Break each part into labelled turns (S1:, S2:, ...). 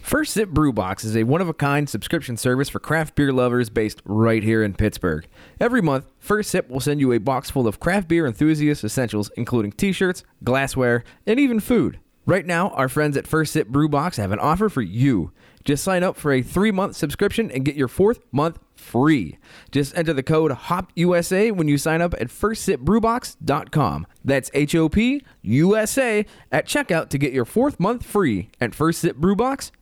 S1: First Sip Brew Box is a one of a kind subscription service for craft beer lovers based right here in Pittsburgh. Every month, First Sip will send you a box full of craft beer enthusiast essentials, including t shirts, glassware, and even food. Right now, our friends at First Sip Brew Box have an offer for you. Just sign up for a three month subscription and get your fourth month free. Just enter the code HOPUSA when you sign up at firstsipbrewbox.com. That's H O P U S A at checkout to get your fourth month free at firstsipbrewbox.com.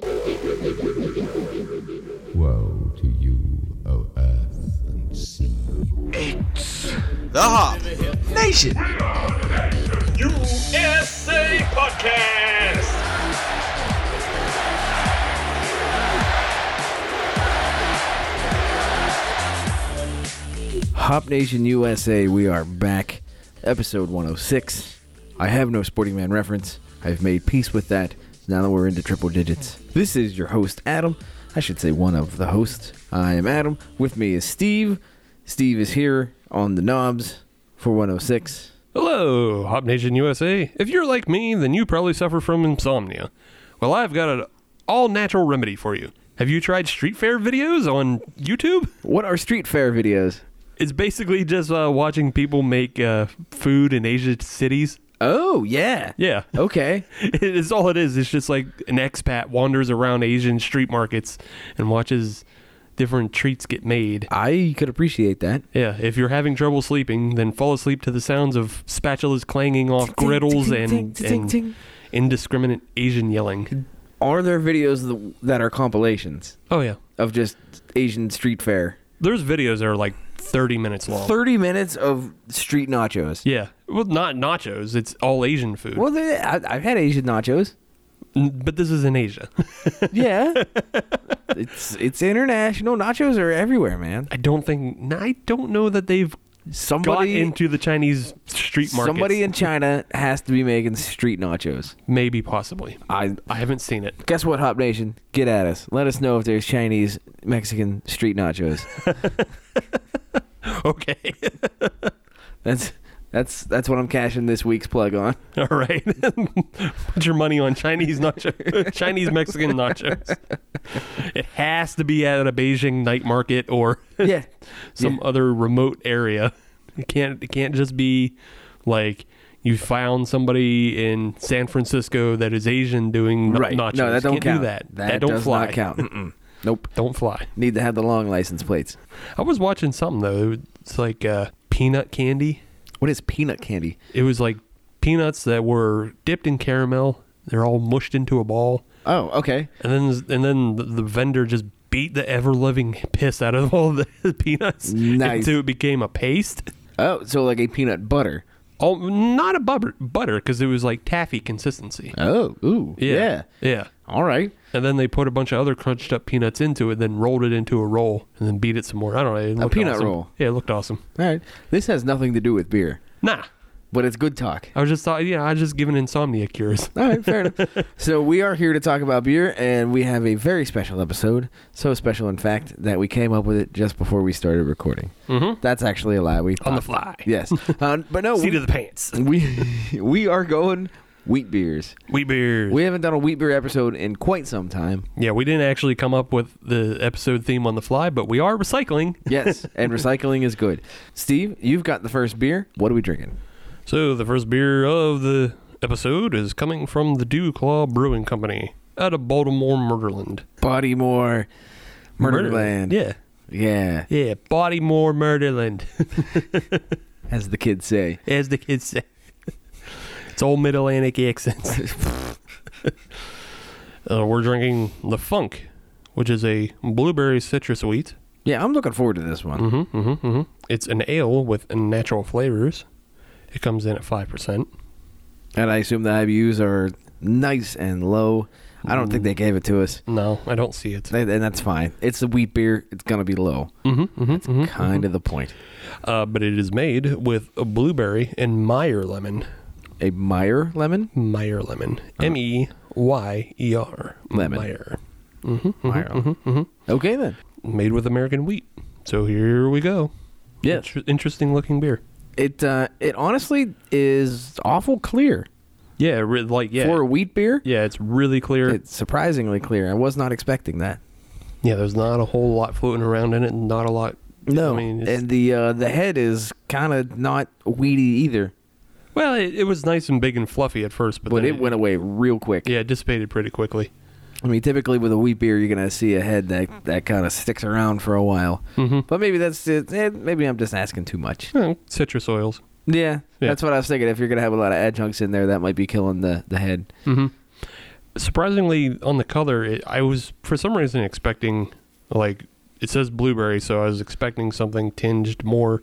S2: Woe to you, O earth and sea.
S3: The Hop Nation.
S4: USA Podcast.
S1: Hop Nation USA, we are back. Episode 106. I have no Sporting Man reference. I've made peace with that now that we're into triple digits. This is your host, Adam. I should say one of the hosts. I am Adam. With me is Steve. Steve is here on the knobs for 106.
S5: Hello, Hop Nation USA. If you're like me, then you probably suffer from insomnia. Well, I've got an all natural remedy for you. Have you tried Street Fair videos on YouTube?
S1: What are street fair videos?
S5: It's basically just uh, watching people make uh, food in Asian cities.
S1: Oh, yeah.
S5: Yeah.
S1: Okay.
S5: it's all it is. It's just like an expat wanders around Asian street markets and watches different treats get made.
S1: I could appreciate that.
S5: Yeah, if you're having trouble sleeping, then fall asleep to the sounds of spatulas clanging off griddles and, and indiscriminate Asian yelling.
S1: Are there videos th- that are compilations
S5: Oh yeah,
S1: of just Asian street fair?
S5: there's videos that are like 30 minutes long.
S1: 30 minutes of street nachos.
S5: yeah, well, not nachos. It's all Asian food.
S1: Well, they, I, I've had Asian nachos.
S5: N- But this is in Asia.
S1: Yeah. it's it's international. Nachos are everywhere, man.
S5: I don't think. n- I don't know that they've got
S1: Somebody
S5: into the Chinese street market.
S1: somebody in China has to be making street nachos.
S5: maybe possibly.
S1: I
S5: I haven't seen it.
S1: guess what, Hop Nation? Get at us. Let us know if there's Chinese Mexican street nachos.
S5: Okay.
S1: That's that's that's what I'm cashing this week's plug on.
S5: All right. Put your money on Chinese nacho, Chinese Mexican nachos. It has to be at a Beijing night market or
S1: Yeah.
S5: some other remote area. It can't it can't just be like you found somebody in San Francisco that is Asian doing n-
S1: right.
S5: nachos.
S1: No, that don't
S5: can't
S1: count.
S5: do that.
S1: That,
S5: don't
S1: does
S5: fly.
S1: not count. Mm-mm. Nope.
S5: Don't fly.
S1: Need to have the long license plates.
S5: I was watching something though. It's like uh, peanut candy.
S1: What is peanut candy?
S5: It was like peanuts that were dipped in caramel. They're all mushed into a ball.
S1: Oh, okay.
S5: And then and then the, the vendor just beat the ever living piss out of all the peanuts
S1: Nice.
S5: until it became a paste.
S1: Oh, so like a peanut butter.
S5: Oh, not a butter butter because it was like taffy consistency.
S1: Oh, ooh, yeah.
S5: yeah, yeah.
S1: All right.
S5: And then they put a bunch of other crunched up peanuts into it, then rolled it into a roll, and then beat it some more. I don't know. It looked
S1: peanut
S5: awesome.
S1: roll.
S5: Yeah, it looked awesome.
S1: All right. This has nothing to do with beer,
S5: Nah,
S1: but it's good talk.
S5: I was just thought. Yeah, I was just giving insomnia cures.
S1: All right, fair enough. So we are here to talk about beer, and we have a very special episode. So special, in fact, that we came up with it just before we started recording. Mm-hmm. That's actually a lie. We
S5: On the fly.
S1: Yes, uh, but no,
S5: Seat
S1: we,
S5: of the pants.
S1: we we are going wheat beers.
S5: Wheat beers.
S1: We haven't done a wheat beer episode in quite some time.
S5: yeah, we didn't actually come up with the episode theme on the fly, but we are recycling.
S1: Yes, and recycling is good. Steve, you've got the first beer. What are we drinking?
S5: So the first beer of the episode is coming from the Dew Claw Brewing Company out of Baltimore, Murderland.
S1: Bodymore, Murderland.
S5: Yeah.
S1: yeah,
S5: Yeah, Bodymore, Murderland,
S1: as the kids say.
S5: as the kids say. It's all Mid Atlantic accents. uh, we're drinking the Funk, which is a blueberry citrus wheat.
S1: Yeah, I'm looking forward to this one.
S5: Mm-hmm, mm-hmm, mm-hmm. It's an ale with natural flavors. It comes in at 5%.
S1: And I assume the IBUs are nice and low. I don't think they gave it to us,
S5: No, I don't see it.
S1: They- and that's fine. It's a wheat beer. It's gonna be low.
S5: Mm-hmm, mm-hmm, mhm.
S1: Kind of the point.
S5: uh, but it is made with a blueberry and Meyer lemon.
S1: A Meyer lemon.
S5: Meyer lemon. M E Y E R.
S1: Lemon.
S5: Meyer. Mm-hmm,
S1: Meyer. Okay then.
S5: Made with American wheat. So here we go.
S1: Yes.
S5: Inter- interesting looking beer.
S1: It uh, it honestly is awful clear.
S5: Yeah, re- like yeah,
S1: For a wheat beer,
S5: yeah, it's really clear.
S1: it's surprisingly clear. I was not expecting that.
S5: yeah, there's not a whole lot floating around in it, and not a lot.
S1: No,
S5: I mean, it's,
S1: and the uh, the head is kind of not weedy either,
S5: well, it, it was nice and big and fluffy at first, but,
S1: but
S5: then
S1: it went away real quick.
S5: Yeah, it dissipated pretty quickly.
S1: I mean, typically with a wheat beer, you're gonna see a head that that kind of sticks around for a while.
S5: Mhm.
S1: But maybe that's it. eh, maybe I'm just asking too much.
S5: Well, citrus oils.
S1: Yeah,
S5: Yeah.
S1: that's what I was thinking. If you're gonna have a lot of adjuncts in there, that might be killing the the head.
S5: Mm. Surprisingly, on the color, it, I was for some reason expecting like it says blueberry, so I was expecting something tinged more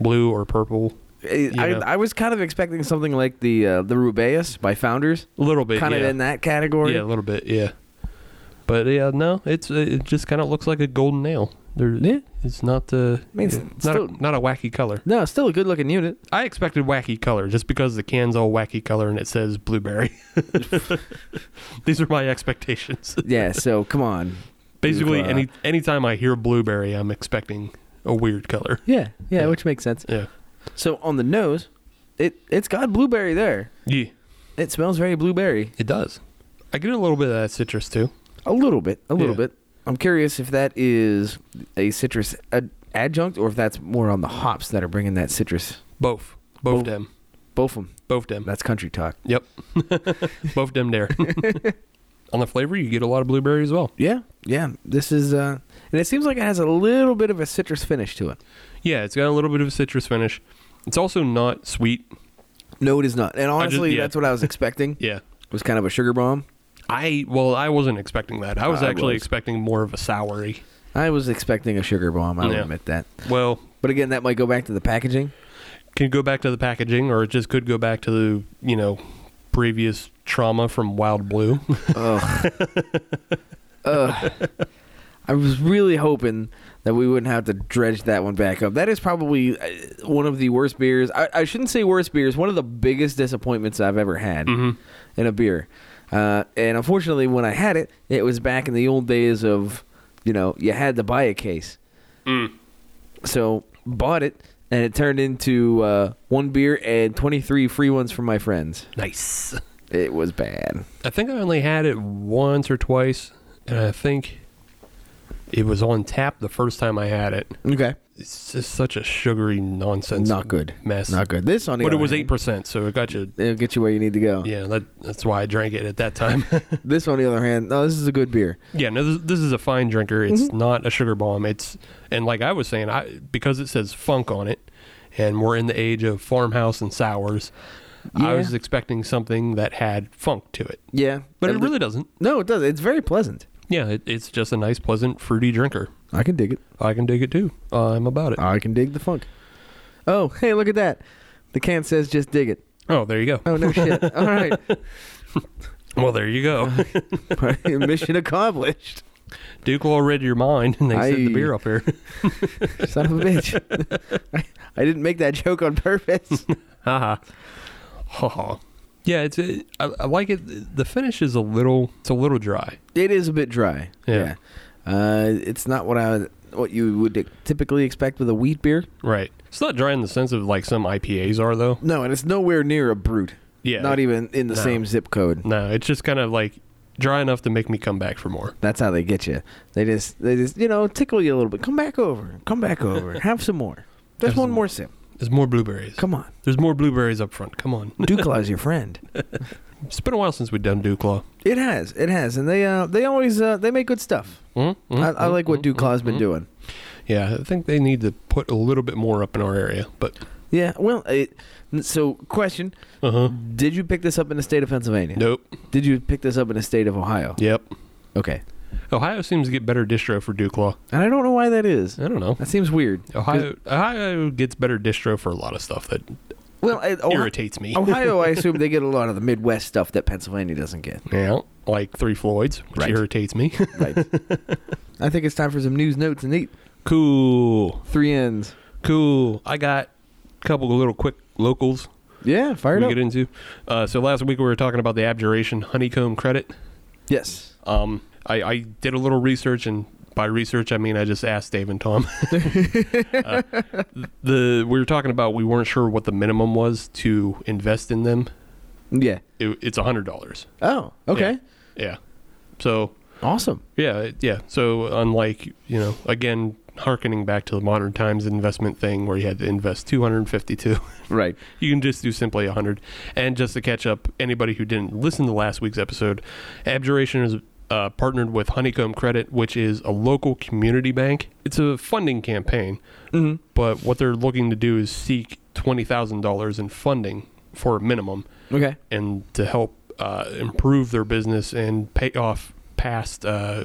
S5: blue or purple.
S1: Eh, I,
S5: Yeah.
S1: I was kind of expecting something like the uh, the Rubaeus by Founders,
S5: A little bit,
S1: kind of
S5: yeah.
S1: in that category.
S5: Yeah, a little bit, yeah. But yeah, no, it's uh, it just kind of looks like a golden nail. There,
S1: Yeah.
S5: it's not uh,
S1: I mean, it's
S5: it's not
S1: still-
S5: a, not a wacky color.
S1: No, it's still a good looking unit.
S5: I expected wacky color just because the can's all wacky color and it says blueberry. These are my expectations.
S1: Yeah. So come on.
S5: Basically,
S1: Blueberry.
S5: any anytime I hear blueberry, I'm expecting a weird color.
S1: Yeah, yeah,
S5: Yeah.
S1: which makes sense.
S5: Yeah,
S1: So on the nose, it it's got blueberry there.
S5: yeah,
S1: It smells very blueberry.
S5: it does. I get a little bit of that citrus too.
S1: A little bit, a little
S5: Yeah.
S1: bit. I'm curious if that is a citrus ad- adjunct or if that's more on the hops that are bringing that citrus.
S5: Both,
S1: Both.
S5: both them,
S1: Both of them.
S5: both them.
S1: That's country talk.
S5: Yep. Both them there. On the flavor, you get a lot of blueberry as well.
S1: Yeah, yeah. This is, uh, and it seems like it has a little bit of a citrus finish to it.
S5: Yeah, it's got a little bit of a citrus finish. It's also not sweet.
S1: No, it is not. And
S5: just-
S1: honestly,
S5: yeah.
S1: that's what I was expecting.
S5: Yeah.
S1: It was kind of a sugar bomb.
S5: I well, I wasn't expecting that. I was
S1: I
S5: actually
S1: was.
S5: expecting more of a soury.
S1: I was expecting a sugar bomb. I will
S5: Yeah.
S1: admit that.
S5: Well,
S1: But again, that might go back to the packaging.
S5: can go back to the packaging, or it just could go back to the you know previous trauma from Wild Blue.
S1: Ugh. Ugh. I was really hoping that we wouldn't have to dredge that one back up. That is probably uh, one of the worst beers. I, I shouldn't say worst beers. One of the biggest disappointments I've ever had
S5: Mm-hmm.
S1: in a beer. Uh, and unfortunately, when I had it, it was back in the old days of, you know, you had to buy a case.
S5: Mm.
S1: So bought it, and it turned into uh, one beer and twenty three free ones from my friends.
S5: nice.
S1: It was bad.
S5: I think I only had it once or twice, and I think it was on tap the first time I had it.
S1: Okay.
S5: It's just such a sugary nonsense.
S1: not good.
S5: Mess.
S1: Not good. This on the
S5: But it
S1: other
S5: was eight
S1: hand,
S5: percent, so it got you.
S1: It'll get you where you need to go.
S5: Yeah, that, that's why I drank it at that time.
S1: This on the other hand, no, this is a good beer.
S5: yeah, no, this, this is a fine drinker. It's
S1: Mm-hmm.
S5: not a sugar bomb. It's and like I was saying, I because it says funk on it, and we're in the age of farmhouse and sours. I
S1: Yeah.
S5: was expecting something that had funk to it,
S1: Yeah,
S5: but it
S1: And the-
S5: really doesn't.
S1: no, it does. It's very pleasant.
S5: Yeah, it, it's just a nice, pleasant, fruity drinker.
S1: I can dig it.
S5: I can dig it too. I'm about it.
S1: I can dig the funk. Oh, hey, look at that. The can says just dig it.
S5: Oh, there you go.
S1: Oh no shit. All right,
S5: Well, there you go.
S1: mission accomplished.
S5: Duke all read your mind, and they set the
S1: I-
S5: beer up here.
S1: Son of a bitch. I, I didn't make that joke on purpose.
S5: Haha. Haha. Yeah, it's it, I, I like it. The finish is a little it's a little dry.
S1: it is a bit dry.
S5: Yeah.
S1: Yeah. Uh, it's not what I what you would e-, typically expect with a wheat beer.
S5: Right. It's not dry in the sense of like some IPAs are though.
S1: No, and it's nowhere near a brute.
S5: Yeah.
S1: Not even in the
S5: No.
S1: same zip code.
S5: No, it's just kind of like dry enough to make me come back for more.
S1: That's how they get you. They just they just you know tickle you a little bit. Come back over. Come back over. Have some more. Just
S5: Have
S1: one
S5: some
S1: more sip.
S5: There's more blueberries.
S1: Come on.
S5: There's more blueberries up front. Come on.
S1: Duclaw is your friend.
S5: It's been a while since we've done Duke Law.
S1: It has. It has. And they uh they always uh, they make good stuff.
S5: mm mm,
S1: I, I
S5: mm,
S1: like what
S5: mm,
S1: Duclaw's been
S5: mm.
S1: doing.
S5: Yeah, I think they need to put a little bit more up in our area, but
S1: Yeah. Well, it, so question:
S5: uh huh.
S1: Did you pick this up in the state of Pennsylvania?
S5: Nope.
S1: Did you pick this up in the state of Ohio?
S5: Yep.
S1: Okay.
S5: Ohio seems to get better distro for Duke Law.
S1: And I don't know why that is.
S5: I don't know.
S1: That seems weird.
S5: Ohio Ohio gets better distro for a lot of stuff that
S1: Well, Oh, I, Ohio,
S5: irritates me.
S1: Ohio, I assume they get a lot of the Midwest stuff that Pennsylvania doesn't get.
S5: Yeah, like Three Floyds, which
S1: Right.
S5: irritates me.
S1: Right. I think it's time for some news, notes, and neat.
S5: cool,
S1: Three ends.
S5: cool. I got a couple of little quick locals
S1: Yeah, fired
S5: we get into. Uh, so last week we were talking about the abjuration honeycomb credit.
S1: yes.
S5: Um, I, I did a little research, and by research I mean I just asked Dave and Tom. Uh, the we were talking about we weren't sure what the minimum was to invest in them.
S1: Yeah.
S5: it, it's hundred dollars.
S1: Oh, okay.
S5: Yeah. yeah. So
S1: Awesome.
S5: yeah, it- yeah. So unlike you know, again, harkening back to the modern times investment thing where you had to invest two hundred and fifty-two.
S1: Right.
S5: You can just do simply 100. And just to catch up, anybody who didn't listen to last week's episode, Abjuration is uh, partnered with Honeycomb Credit, which is a local community bank. It's a funding campaign, but what they're looking to do is seek $20,000 in funding for a minimum
S1: Okay.
S5: and to help uh, improve their business and pay off past uh,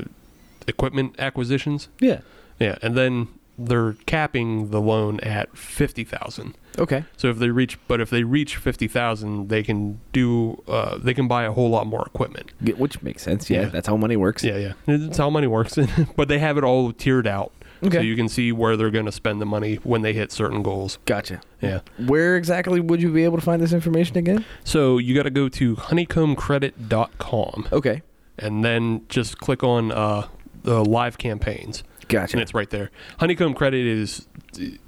S5: equipment acquisitions.
S1: Yeah.
S5: Yeah, and then they're capping the loan at 50,000.
S1: Okay.
S5: So if they reach, but if they reach fifty thousand, they can do, uh, they can buy a whole lot more equipment.
S1: Yeah, which makes sense. Yeah,
S5: Yeah.
S1: That's how money works.
S5: Yeah, yeah, it's how money works. but they have it all tiered out, so
S1: Okay.
S5: you can see where they're going to spend the money when they hit certain goals.
S1: Gotcha.
S5: Yeah.
S1: Where exactly would you be able to find this information again?
S5: So you got to go to honeycombcredit.com
S1: Okay.
S5: and then just click on uh, the live campaigns.
S1: Gotcha.
S5: and it's right there. Honeycomb Credit is,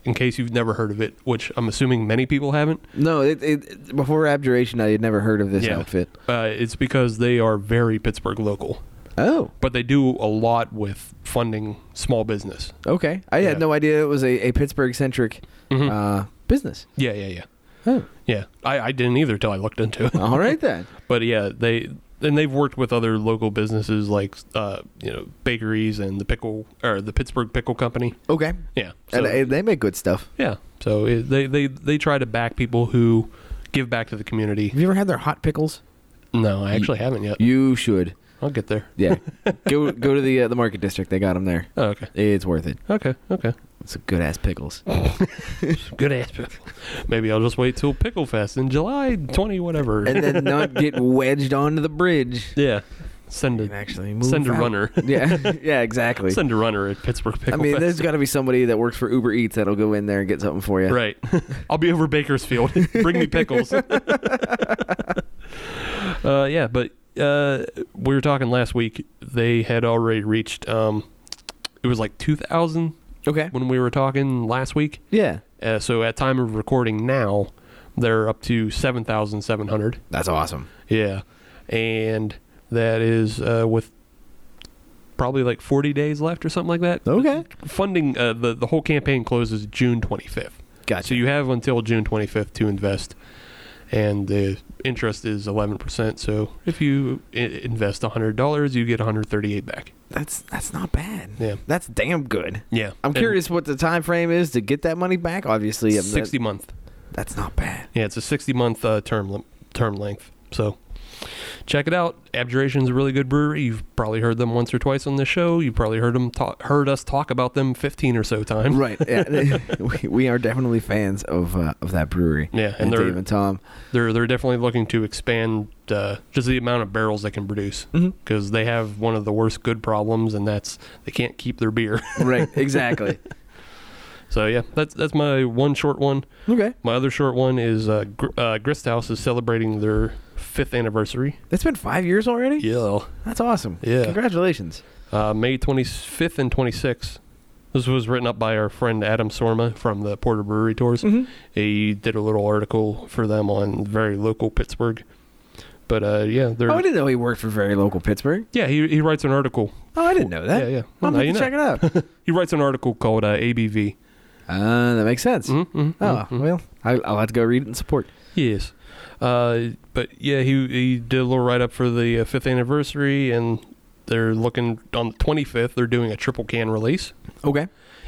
S5: in case you've never heard of it, which I'm assuming many people haven't.
S1: no, it, it, before abjuration, I had never heard of this
S5: Yeah.
S1: outfit.
S5: Uh, it's because they are very Pittsburgh local.
S1: Oh,
S5: but they do a lot with funding small business.
S1: okay. I had
S5: Yeah. Mm-hmm.
S1: no idea it was a, a Pittsburgh centric uh, business.
S5: Yeah, yeah, yeah,
S1: Oh,
S5: yeah. I, I didn't either till I looked into it.
S1: all right then.
S5: But yeah, they and they've worked with other local businesses like uh, you know bakeries and the pickle or the Pittsburgh Pickle Company.
S1: Okay.
S5: Yeah, so,
S1: And, and they make good stuff.
S5: yeah. So it, they they they try to back people who give back to the community.
S1: Have you ever had their hot pickles?
S5: No, I actually haven't yet.
S1: You should.
S5: I'll get there.
S1: Yeah. go go to the uh, the market district. They got them there.
S5: Oh, okay,
S1: It's worth it.
S5: okay, okay.
S1: It's good ass pickles.
S5: Good ass pickle. Maybe I'll just wait till Pickle Fest in July twenty whatever.
S1: and then not get wedged onto the bridge.
S5: yeah, send
S1: And
S5: a
S1: actually move
S5: send a
S1: out.
S5: runner.
S1: Yeah, yeah, exactly.
S5: Send a runner at Pittsburgh Pickle
S1: I mean,
S5: Fest.
S1: there's got to be somebody that works for Uber Eats that'll go in there and get something for you.
S5: right. I'll be over Bakersfield. Bring me pickles. uh, yeah, but uh, we were talking last week. They had already reached. Um, it was like 2,000
S1: Okay.
S5: when we were talking last week.
S1: Yeah.
S5: Uh, so at time of recording now, they're up to 7,700.
S1: That's awesome.
S5: Yeah, and that is uh, with probably like 40 days left or something like that.
S1: Okay.
S5: funding uh, the the whole campaign closes June 25th.
S1: Gotcha.
S5: So you have until June 25th to invest, and the interest is 11 percent. So if you I- invest $100, you get 138 back.
S1: That's that's not bad.
S5: Yeah.
S1: That's damn good.
S5: Yeah,
S1: I'm curious what the time frame is to get that money back. Obviously, I'm not-
S5: 60 month.
S1: that's not bad.
S5: Yeah, it's a 60 month uh, term lim- term length. So check it out. Abjuration's a really good brewery. You've probably heard them once or twice on this show. You've probably heard them ta- heard us talk about them 15 or so times.
S1: Right. Yeah. we, we are definitely fans of uh, of that brewery.
S5: Yeah, and
S1: And,
S5: they're-
S1: Dave and Tom.
S5: they're they're definitely looking to expand uh, just the amount of barrels they can produce because they have one of the worst good problems, and that's they can't keep their beer.
S1: Right. Exactly.
S5: so yeah, that's that's my one short one.
S1: okay.
S5: My other short one is uh, Gr- uh, Grist House is celebrating their fifth anniversary.
S1: That's been five years already.
S5: Yeah,
S1: That's awesome.
S5: Yeah.
S1: Congratulations.
S5: uh, May twenty fifth and twenty sixth. This was written up by our friend Adam Sorma from the Porter Brewery Tours. He did a little article for them on very local Pittsburgh. But uh, yeah, they're
S1: Oh, I didn't know he worked for very local Pittsburgh.
S5: yeah he, he writes an article
S1: Oh, I didn't know that.
S5: Yeah, yeah.
S1: I'm
S5: Well, now
S1: going
S5: you
S1: to
S5: know.
S1: check it out.
S5: He writes an article called uh, ABV.
S1: uh, that makes sense.
S5: mm
S1: Oh, well, I, I'll have to go read it and support.
S5: Yes. Uh, but yeah, he he did a little write up for the uh, fifth anniversary, and they're looking on the twenty fifth. They're doing a triple can release,
S1: Okay.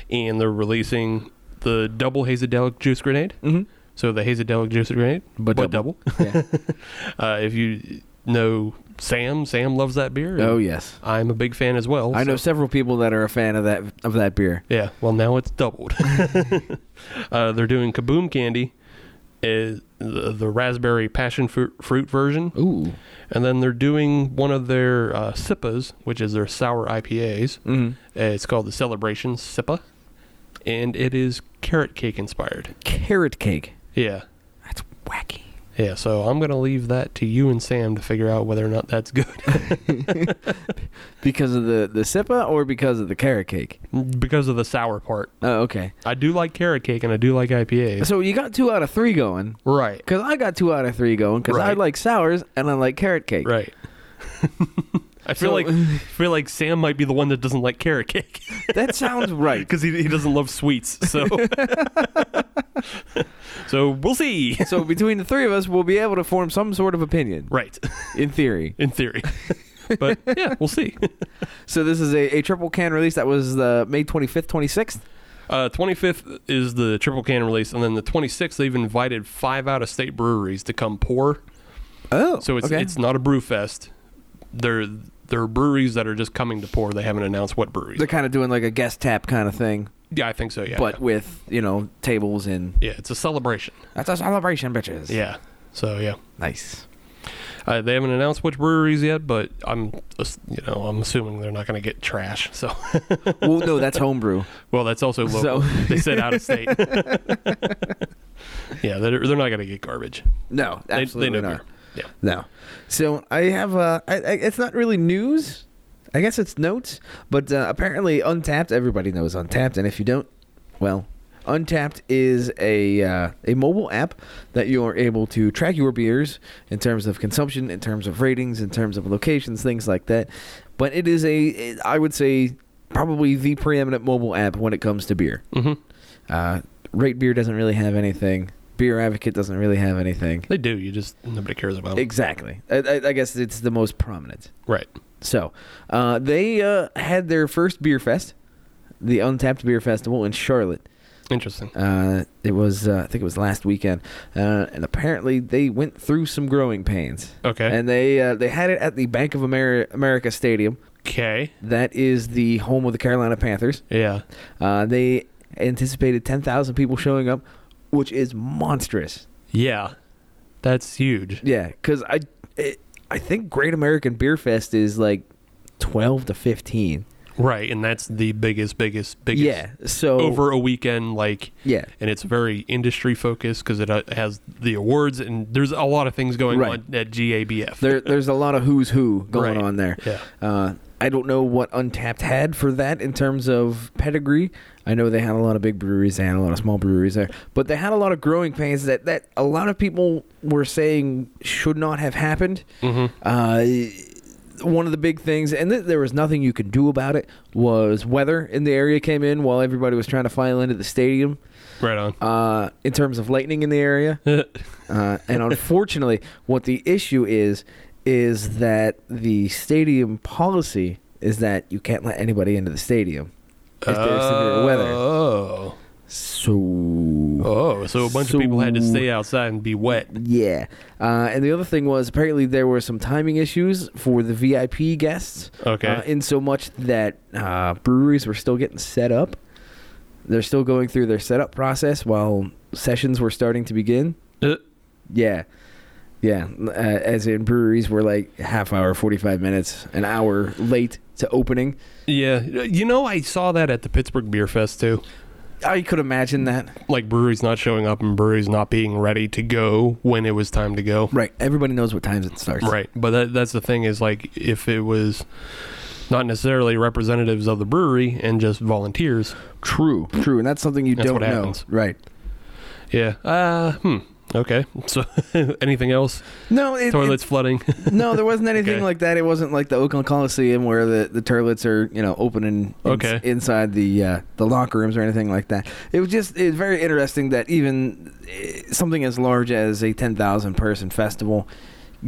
S5: and they're releasing the double hazedelic juice grenade.
S1: Mm-hmm.
S5: So the hazedelic juice grenade,
S1: But double. Yeah.
S5: Uh, if you know Sam, Sam loves that beer. and
S1: oh, yes.
S5: I'm a big fan as well.
S1: I know
S5: so-
S1: several people that are a fan of that of that beer.
S5: Yeah, well, now it's doubled. uh, they're doing Kaboom Candy, is the, the raspberry passion fruit, fruit version,
S1: Ooh.
S5: and then they're doing one of their uh, SIPAs, which is their sour IPAs.
S1: Mhm.
S5: Uh, it's called the Celebration SIPA, and it is carrot cake inspired.
S1: Carrot cake.
S5: Yeah,
S1: That's wacky.
S5: Yeah, so I'm going to leave that to you and Sam to figure out whether or not that's good.
S1: Because of the the SIPA or because of the carrot cake?
S5: because of the sour part.
S1: Oh, okay.
S5: I do like carrot cake and I do like IPAs.
S1: So you got two out of three going.
S5: Right.
S1: Because I got two out of three going because I
S5: Right.
S1: like sours and I like carrot cake.
S5: Right. I feel
S1: So-
S5: like I feel like Sam might be the one that doesn't like carrot cake
S1: That sounds right.
S5: because he, he doesn't love sweets. So So we'll see.
S1: so between the three of us, we'll be able to form some sort of opinion,
S5: Right.
S1: in theory.
S5: In theory. But yeah, we'll see.
S1: So this is a, a triple can release that was uh, May 25th, 26th.
S5: Uh, 25th is the triple can release, and then the 26th they've invited five out of state breweries to come pour.
S1: Oh,
S5: So it's
S1: okay.
S5: it's not a brew fest. They're they're breweries that are just coming to pour. They haven't announced what breweries.
S1: they're kind of doing like a guest tap kind of thing,
S5: yeah, I think so. Yeah,
S1: but with you know tables and
S5: yeah, it's a celebration.
S1: that's a celebration, bitches.
S5: Yeah. So yeah,
S1: nice.
S5: uh, they haven't announced which breweries yet, but I'm ass- you know I'm assuming they're not going to get trash. So
S1: well, no, that's homebrew.
S5: well, that's also local.
S1: So-
S5: they said out of state. yeah, they're they're not going to get garbage.
S1: No,
S5: They-
S1: absolutely
S5: they, know
S1: not.
S5: beer. Yeah.
S1: No. So I have uh, I, I, it's not really news. I guess it's notes, but uh, apparently Untapped. Everybody knows Untapped, and if you don't, well, Untapped is a uh, a mobile app that you are able to track your beers in terms of consumption, in terms of ratings, in terms of locations, things like that. But it is a I would say probably the preeminent mobile app when it comes to beer.
S5: Mm-hmm.
S1: Uh, Rate Beer doesn't really have anything. Beer Advocate doesn't really have anything.
S5: They do. You just nobody cares about them.
S1: Exactly. I, I, I guess it's the most prominent.
S5: right.
S1: So, uh, they uh, had their first beer fest, the Untapped Beer Festival in Charlotte.
S5: Interesting.
S1: Uh, it was, uh, I think it was last weekend, uh, and apparently they went through some growing pains.
S5: Okay.
S1: And they uh, they had it at the Bank of Ameri- America Stadium.
S5: Okay.
S1: That is the home of the Carolina Panthers.
S5: Yeah.
S1: Uh, they anticipated ten thousand people showing up, which is monstrous.
S5: Yeah. That's huge.
S1: Yeah, because I it, I think Great American Beer Fest is like twelve to fifteen.
S5: Right, and that's the biggest, biggest, biggest.
S1: yeah, so
S5: Over a weekend, like,
S1: yeah,
S5: and it's very industry focused because it uh, has the awards and there's a lot of things going
S1: Right.
S5: on at GABF.
S1: there there's a lot of who's who going
S5: Right.
S1: on there.
S5: Yeah.
S1: Uh, I don't know what Untapped had for that in terms of pedigree. I know they had a lot of big breweries, they had a lot of small breweries there, but they had a lot of growing pains that, that a lot of people were saying should not have happened.
S5: Mm-hmm.
S1: Uh, one of the big things, and th- there was nothing you could do about it, was weather in the area came in while everybody was trying to file into the stadium
S5: right on.
S1: uh, in terms of lightning in the area. Uh, and unfortunately, what the issue is is that the stadium policy is that you can't let anybody into the stadium if there's severe weather.
S5: Oh,
S1: So
S5: Uh, oh, so a bunch of people had to
S1: So-
S5: stay outside and be wet.
S1: yeah, uh, and the other thing was apparently there were some timing issues for the VIP guests.
S5: Okay.
S1: uh, in so much that uh, breweries were still getting set up. They're still going through their setup process while sessions were starting to begin.
S5: Uh,
S1: Yeah. Yeah. Uh, as in breweries were like half hour, 45 minutes, an hour late to opening.
S5: yeah, you know, I saw that at the Pittsburgh Beer Fest too.
S1: I could imagine that.
S5: Like breweries not showing up and breweries not being ready to go when it was time to go.
S1: Right. Everybody knows what times it starts.
S5: Right. But that, that's the thing is like if it was not necessarily representatives of the brewery and just volunteers.
S1: True. True. And that's something you
S5: That's
S1: don't
S5: what
S1: know.
S5: happens.
S1: Right.
S5: Yeah. Uh hmm. Okay. So anything else?
S1: No, it,
S5: Toilets flooding.
S1: it- no, there wasn't anything
S5: Okay.
S1: like that. It wasn't like the Oakland Coliseum where the, the toilets are, you know, opening ins-
S5: Okay.
S1: inside the uh, the locker rooms or anything like that. It was just it's very interesting that even eh, something as large as a 10,000 person festival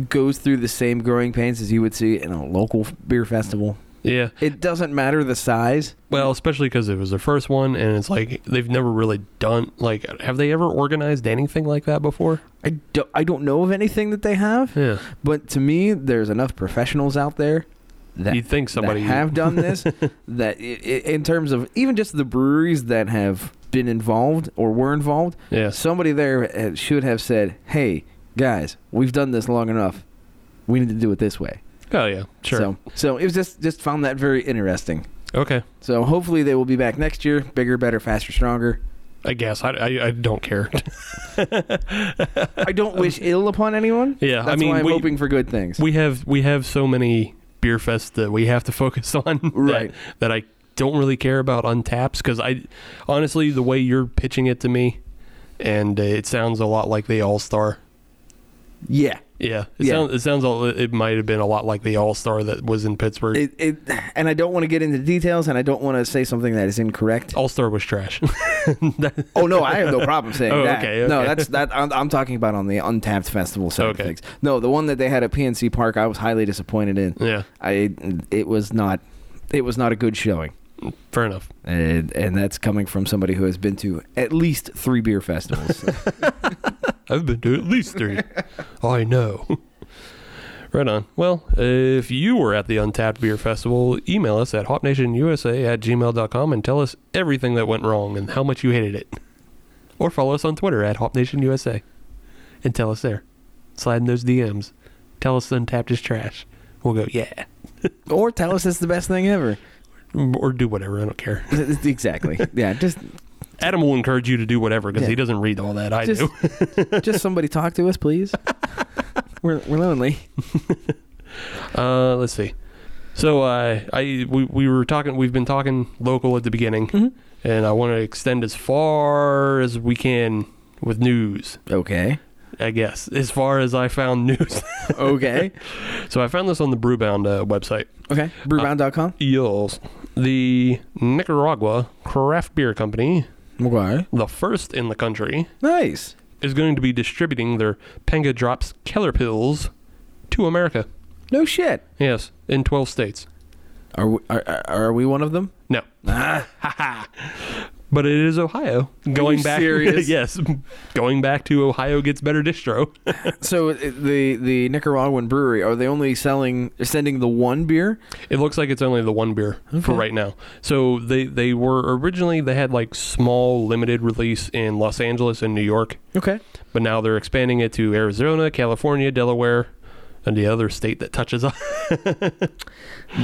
S1: goes through the same growing pains as you would see in a local f- beer festival.
S5: yeah.
S1: It doesn't matter the size.
S5: Well, especially because it was their first one, and it's like they've never really done like have they ever organized anything like that before?
S1: I don't, I don't know of anything that they have,
S5: Yeah.
S1: but to me, there's enough professionals out there that
S5: You'd think
S1: that
S5: somebody-
S1: have done this. that i- i- in terms of even just the breweries that have been involved or were involved,
S5: Yeah.
S1: somebody there uh, should have said, "Hey guys, we've done this long enough. We need to do it this way."
S5: Oh yeah. Sure.
S1: So, so it was just just found that very interesting.
S5: Okay.
S1: So hopefully they will be back next year, bigger, better, faster, stronger.
S5: I guess I, I, I don't care.
S1: I don't wish ill upon anyone.
S5: Yeah,
S1: that's
S5: I mean,
S1: why I'm
S5: we-
S1: hoping for good things.
S5: we have we have so many beer fests that we have to focus on that,
S1: Right.
S5: that I don't really care about untaps because I honestly the way you're pitching it to me and uh, it sounds a lot like the All Star.
S1: yeah,
S5: Yeah, it
S1: Yeah.
S5: sounds it sounds all, it might have been a lot like the All Star that was in Pittsburgh.
S1: it, it, and I don't want to get into details, and I don't want to say something that is incorrect.
S5: All Star was trash.
S1: Oh no, I have no problem saying
S5: Oh,
S1: that.
S5: okay,
S1: No,
S5: okay.
S1: that's that. I'm, I'm talking about on the Untapped Festival side
S5: Okay.
S1: of things. No, the one that they had at PNC Park, I was highly disappointed in.
S5: yeah,
S1: I it was not it was not a good showing,
S5: fair enough.
S1: and and that's coming from somebody who has been to at least three beer festivals.
S5: I've been to at least three. I know. Right on. Well, if you were at the Untapped Beer Festival, email us at hopnationusa at gmail.com and tell us everything that went wrong and how much you hated it. Or follow us on Twitter at hopnationusa and tell us there. Slide in those DMs. Tell us Untapped is trash. We'll go, yeah.
S1: or tell us it's the best thing ever.
S5: Or do whatever. I don't care.
S1: exactly. Yeah. Just
S5: Adam will encourage you to do whatever because
S1: Yeah.
S5: he doesn't read all that. I
S1: Just-
S5: do.
S1: just somebody talk to us, please. We're we're lonely.
S5: Uh, let's see. So uh, I we, we were talking. We've been talking local at the beginning, and I want to extend as far as we can with news.
S1: Okay.
S5: I guess as far as I found news.
S1: Okay.
S5: so I found this on the Brewbound uh, website.
S1: Okay. Brewbound.com.
S5: Yes, the Nicaragua craft beer company,
S1: Okay.
S5: the first in the country,
S1: Nice.
S5: is going to be distributing their Panga Drops Keller Pills to America.
S1: No shit.
S5: Yes, in twelve states.
S1: Are we, are, are- are we one of them?
S5: No. but it is Ohio. Going back
S1: serious?
S5: yes. Going back to Ohio gets better distro.
S1: So uh, the the Nicaraguan brewery are they only selling sending the one beer?
S5: it looks like it's only the one beer for right now. So they they were originally they had like small limited release in Los Angeles and New York,
S1: Okay.
S5: but now they're expanding it to Arizona, California, Delaware, and the other state that touches us.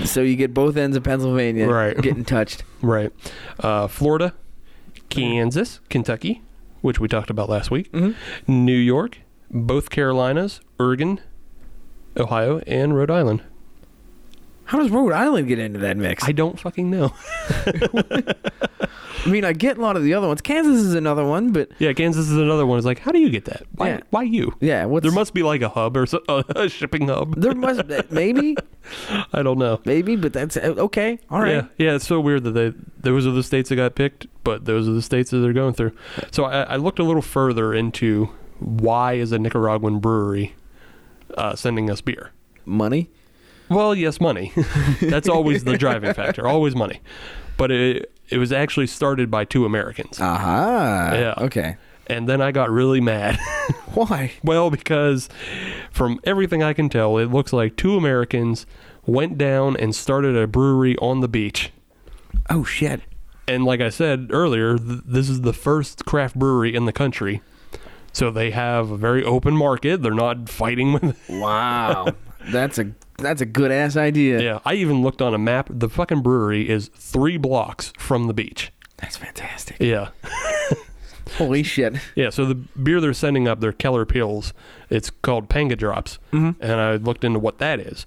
S1: So you get both ends of Pennsylvania
S5: Right.
S1: getting touched.
S5: right. Uh, Florida, Kansas, Kentucky, which we talked about last week, New York, both Carolinas, Oregon, Ohio, and Rhode Island.
S1: How does Rhode Island get into that mix?
S5: I
S1: I,
S5: don't fucking know.
S1: mean, I get a lot of the other ones. Kansas is another one, but
S5: yeah, Kansas is another one. It's like, how do you get that? Why?
S1: Yeah.
S5: Why you?
S1: yeah, what's
S5: There must be like a hub or so, a shipping hub.
S1: there must maybe
S5: I don't know.
S1: maybe, but that's uh, okay. All right.
S5: Yeah, yeah. It's so weird that they those are the states that got picked, but those are the states that they're going through. So I, I looked a little further into why is a Nicaraguan brewery uh, sending us beer.
S1: Money.
S5: Well, yes, money. That's always the driving factor. Always money. But it it was actually started by two Americans,
S1: Ah. Aha.
S5: Yeah.
S1: Okay.
S5: and then I got really mad.
S1: Why?
S5: well, because from everything I can tell, it looks like two Americans went down and started a brewery on the beach.
S1: Oh shit.
S5: And like I said earlier, th- this is the first craft brewery in the country. So they have a very open market. They're not fighting with
S1: Wow. that's a that's a good ass idea.
S5: Yeah, I even looked on a map. The fucking brewery is 3 blocks from the beach.
S1: That's fantastic.
S5: Yeah.
S1: Holy shit.
S5: Yeah, so the beer they're sending up, they're Keller Pills. It's called Panga Drops,
S1: Mm-hmm.
S5: and I looked into what that is.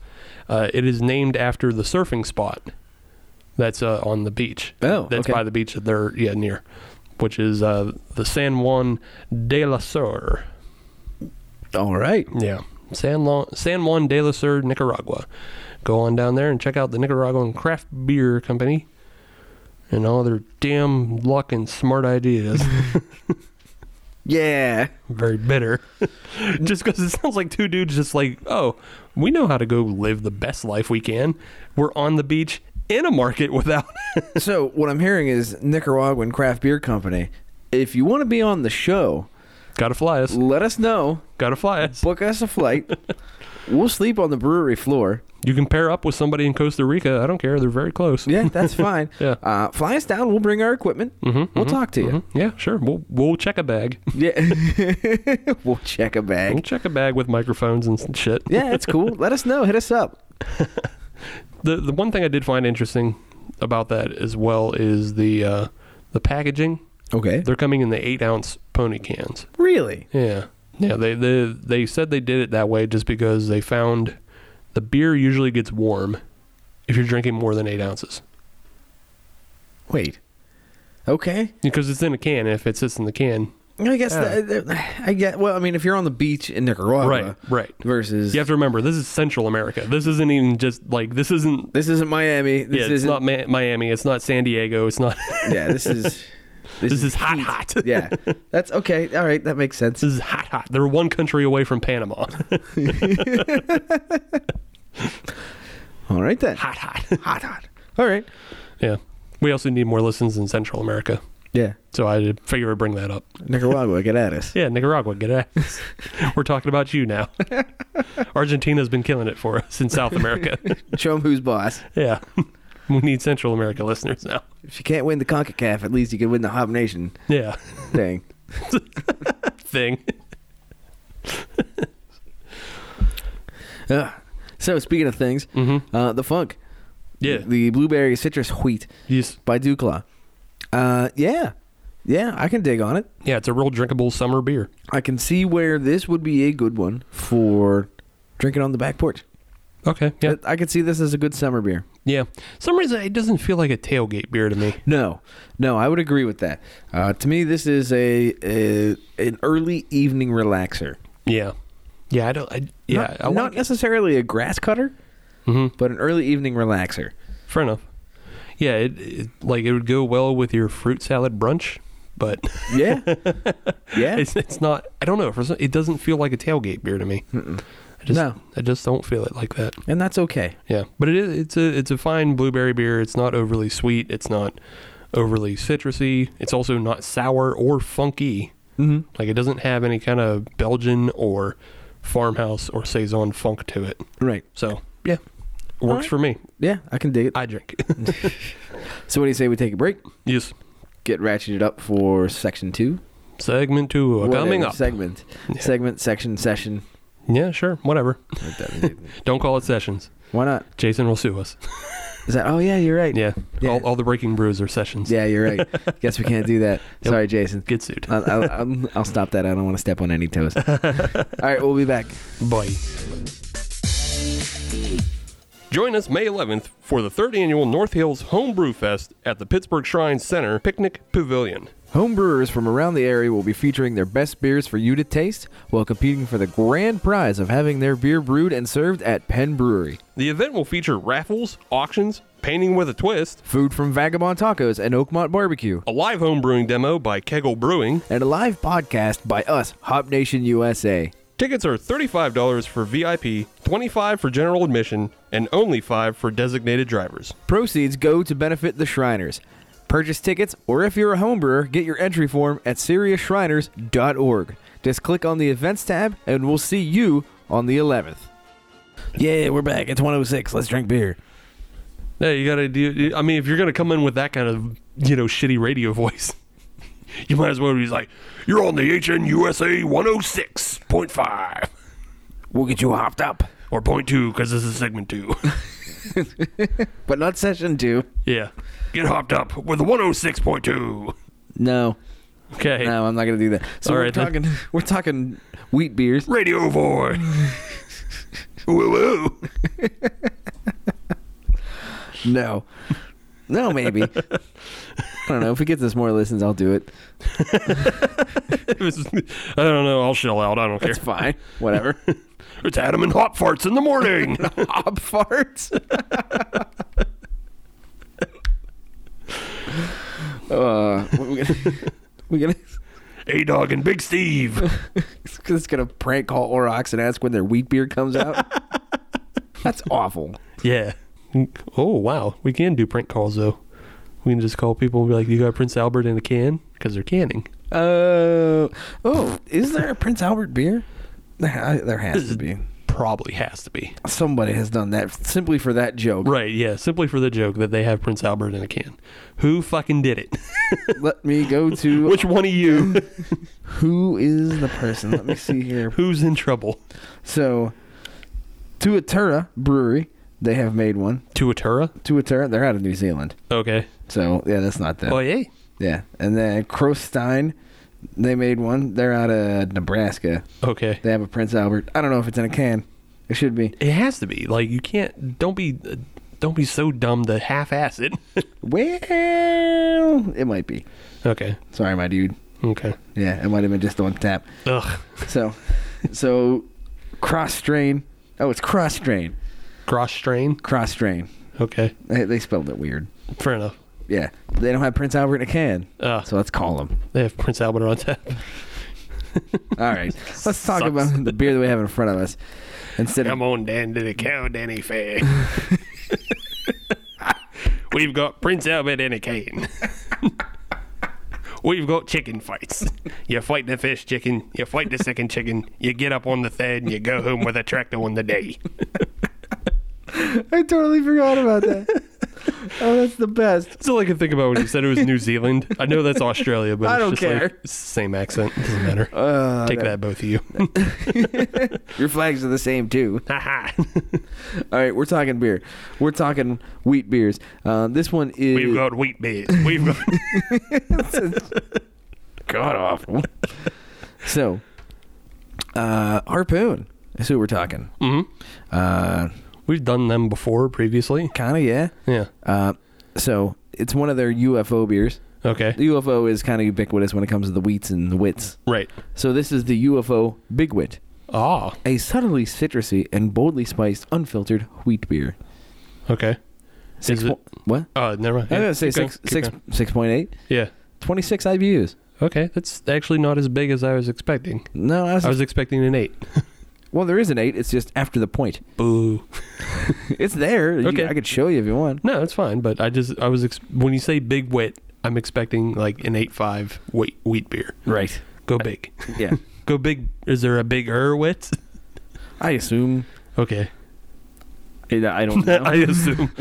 S5: Uh, it is named after the surfing spot that's uh, on the beach.
S1: Oh,
S5: that's
S1: okay.
S5: by the beach that they're yeah near, which is uh, the San Juan de la Sur.
S1: All right.
S5: Yeah, San, Lo- San Juan de la Sur, Nicaragua. Go on down there and check out the Nicaraguan Craft Beer Company and all their damn luck and smart ideas.
S1: Yeah.
S5: very bitter just because it sounds like two dudes just like oh we know how to go live the best life we can we're on the beach in a market without
S1: so what I'm hearing is Nicaraguan craft beer company. If you want to be on the show,
S5: gotta fly us
S1: let us know.
S5: gotta fly us
S1: Book us a flight. we'll sleep on the brewery floor.
S5: you can pair up with somebody in costa rica i don't care they're very close
S1: Yeah, that's fine.
S5: Yeah.
S1: Uh, fly us down. We'll bring our equipment. we'll talk to you.
S5: Mhm. yeah sure we'll, we'll check a bag mm-hmm.
S1: Yeah. we'll check a
S5: we'll
S1: bag.
S5: check a bag with microphones and s- shit
S1: Yeah, it's cool. Let us know. Hit us up.
S5: the, the one thing i did find interesting about that as well is the uh, the packaging
S1: Okay.
S5: They're coming in the eight ounce pony cans.
S1: Really?
S5: Yeah. Yeah, they, they they said they did it that way just because they found the beer usually gets warm if you're drinking more than eight ounces.
S1: Wait. Okay.
S5: Because it's in a can. If it sits in the can,
S1: I guess
S5: Yeah.
S1: that, I get well. I mean, if you're on the beach in Nicaragua,
S5: Uh. right, right.
S1: Versus,
S5: You have to remember this is Central America. This isn't even just like this isn't.
S1: this isn't Miami. This
S5: yeah, it's
S1: isn't.
S5: not Ma- Miami. It's not San Diego. It's not.
S1: yeah, this is. This,
S5: this is hot, hot.
S1: yeah, that's okay. All right, that makes sense.
S5: This is hot, hot. They're one country away from Panama.
S1: All right then.
S5: hot, hot.
S1: Hot, hot. All right.
S5: yeah. We also need more listens in Central America,
S1: Yeah,
S5: so I figure I'd bring that up.
S1: Nicaragua, get at us.
S5: Yeah, Nicaragua, get out. We're talking about you now. Argentina's been killing it for us in South America.
S1: Show them who's boss.
S5: yeah. We need Central America listeners now.
S1: If you can't win the Concacaf, at least you can win the Hob Nation
S5: Yeah.
S1: thing.
S5: Thing.
S1: Ugh. So speaking of things, uh, the funk,
S5: Yeah.
S1: the blueberry citrus wheat
S5: Yes.
S1: by Duclaw. Uh, yeah, yeah, I can dig on it.
S5: Yeah, it's a real drinkable summer beer.
S1: I can see where this would be a good one for drinking on the back porch.
S5: Okay. Yeah.
S1: I could see this as a good summer beer.
S5: yeah. Some reason it doesn't feel like a tailgate beer to me.
S1: No, no, I would agree with that. Uh, to me, this is a, a an early evening relaxer.
S5: Yeah. Yeah, I don't I yeah,
S1: not,
S5: I like
S1: not necessarily a grass cutter,
S5: Mhm.
S1: but an early evening relaxer.
S5: Fair enough. Yeah, it, it like it would go well with your fruit salad brunch, but
S1: Yeah, yeah.
S5: it's, it's not. I don't know. For some, it doesn't feel like a tailgate beer to me. I just,
S1: No.
S5: I just don't feel it like that.
S1: and that's okay.
S5: Yeah, but it is. It's a it's a fine blueberry beer. It's not overly sweet. It's not overly citrusy. It's also not sour or funky.
S1: Mhm.
S5: Like it doesn't have any kind of Belgian or farmhouse or saison funk to it.
S1: Right.
S5: So yeah, works
S1: right.
S5: for me.
S1: Yeah, I can dig it.
S5: I drink.
S1: So what do you say we take a break?
S5: yes.
S1: Get ratcheted up for section two.
S5: Segment two
S1: Whatever,
S5: coming up.
S1: Segment,
S5: Yeah.
S1: segment, section, session.
S5: yeah, sure, whatever. Don't call it sessions.
S1: Why not?
S5: Jason will sue us.
S1: Is that? Oh yeah, you're right.
S5: Yeah.
S1: Yeah.
S5: All, all the breaking brews are sessions.
S1: Yeah, Uh, you're right. Guess we can't do that.
S5: Yep.
S1: Sorry, Jason.
S5: Get sued.
S1: I'll, I'll, I'll, I'll stop that. I don't want to step on any toes. All right, we'll be back.
S5: Bye. Join us May 11th for the third annual North Hills Homebrew Fest at the Pittsburgh Shrine Center Picnic Pavilion.
S1: Home brewers from around the area will be featuring their best beers for you to taste while competing for the grand prize of having their beer brewed and served at Penn Brewery.
S5: The event will feature raffles, auctions, painting with a twist,
S1: Food from Vagabond Tacos and Oakmont Barbecue,
S5: a live homebrewing demo by Kegel Brewing.
S1: and a live podcast by us, Hop Nation USA.
S5: Tickets are $35 for VIP, 25 for general admission, and only 5 for designated drivers.
S1: Proceeds go to benefit the Shriners. Purchase tickets, or if you're a homebrewer, get your entry form at SeriousShriners.org. Just click on the events tab, and we'll see you on the 11th. Yeah, we're back. It's 106. Let's drink beer.
S5: Yeah, you gotta do. I mean, if you're gonna come in with that kind of you know shitty radio voice, you might as well be like, "You're on the HNUSA 106.5
S1: We'll get you hopped up.
S5: or point two because this is segment two.
S1: But not session two.
S5: yeah, get hopped up with the 106.2.
S1: No,
S5: Okay,
S1: no, I'm not gonna do that. So
S5: All
S1: we're
S5: right, then.
S1: talking, we're talking wheat beers.
S5: radio boy. woo woo.
S1: No, no, maybe. I don't know. If we get this more listens, I'll do it.
S5: It was- I don't know. I'll shell out. I don't care.
S1: It's fine. Whatever.
S5: It's Adam and Hop farts in the morning.
S1: Hop farts. uh, we're gonna, we're gonna,
S5: A dog and Big Steve.
S1: it's gonna prank call Orox and ask when their wheat beer comes out. That's awful.
S5: Yeah. Oh wow, we can do prank calls though. We can just call people and be like, "You got Prince Albert in a can?" Because they're canning.
S1: Uh, oh, is there a Prince Albert beer? There, ha- there has to be.
S5: Probably has to be.
S1: Somebody has done that simply for that joke.
S5: Right. Yeah. Simply for the joke that they have Prince Albert in a can. Who fucking did it?
S1: Let me go to
S5: Which one of you?
S1: who is the person? Let me see here.
S5: Who's in trouble?
S1: So, Tuatura Brewery, they have made one.
S5: Tuatura.
S1: Tuatura, they're out of New Zealand.
S5: Okay.
S1: So yeah, that's not them.
S5: Oh yeah.
S1: Yeah, and then Krostein, they made one. They're out of Nebraska.
S5: Okay.
S1: They have a Prince Albert. I don't know if it's in a can. It should be.
S5: It has to be. Like you can't. Don't be. uh, Don't be so dumb to half-ass it.
S1: Well, it might be.
S5: okay.
S1: Sorry, my dude.
S5: Okay.
S1: Yeah, it might have been just on tap.
S5: Ugh.
S1: So, so cross strain. Oh, it's cross strain.
S5: Cross strain.
S1: Cross strain.
S5: Okay.
S1: They, they spelled it weird.
S5: Fair enough.
S1: Yeah, they don't have Prince Albert in a can.
S5: Uh,
S1: So let's call them.
S5: they have Prince Albert on tap.
S1: All right, let's talk
S5: Sucks.
S1: about the beer that we have in front of us. Instead of
S5: Come on, Dan, to the cow, Danny Fair. We've got Prince Albert in a cane. We've got chicken fights. You fight the first chicken, you fight the second chicken, you get up on the third, and you go home with a tractor on the day.
S1: I totally forgot about that. oh, that's the best.
S5: That's all I could think about when you said it was New Zealand. I know that's Australia, but
S1: I
S5: it's
S1: don't
S5: just
S1: care.
S5: like it's the same accent. Doesn't matter.
S1: Uh,
S5: Take that, both of you.
S1: Your flags are the same too.
S5: Haha.
S1: All right, we're talking beer. We're talking wheat beers. Uh, this one is
S5: We've got wheat beers. We've got
S1: god awful. so, uh, harpoon. That's who we're talking.
S5: Mhm.
S1: Uh,
S5: We've done them before previously.
S1: kind of yeah.
S5: Yeah.
S1: Uh, so it's one of their UFO beers.
S5: Okay.
S1: The UFO is kind of ubiquitous when it comes to the wheats and the wits.
S5: Right.
S1: So this is the UFO Big Wit,
S5: Ah.
S1: a subtly citrusy and boldly spiced unfiltered wheat beer.
S5: Okay.
S1: Six
S5: Is it-
S1: po- what?
S5: Uh, never mind.
S1: I was
S5: Yeah,
S1: gonna say
S5: keep going,
S1: six,
S5: keep
S1: six,
S5: going.
S1: 6.8.
S5: Yeah.
S1: 26 IBUs.
S5: Okay. That's actually not as big as I was expecting.
S1: No, I was,
S5: I was expecting an eight.
S1: well, there is an eight. It's just after the point.
S5: Boo.
S1: It's there. You-
S5: Okay.
S1: I could show you if you want.
S5: No, it's fine. But I just I was ex- when you say big wit, I'm expecting like an eight five wheat wheat beer.
S1: Right.
S5: Go big.
S1: Yeah.
S5: Go big. Is there a bigger wit?
S1: I assume.
S5: Okay.
S1: I I don't know.
S5: I assume.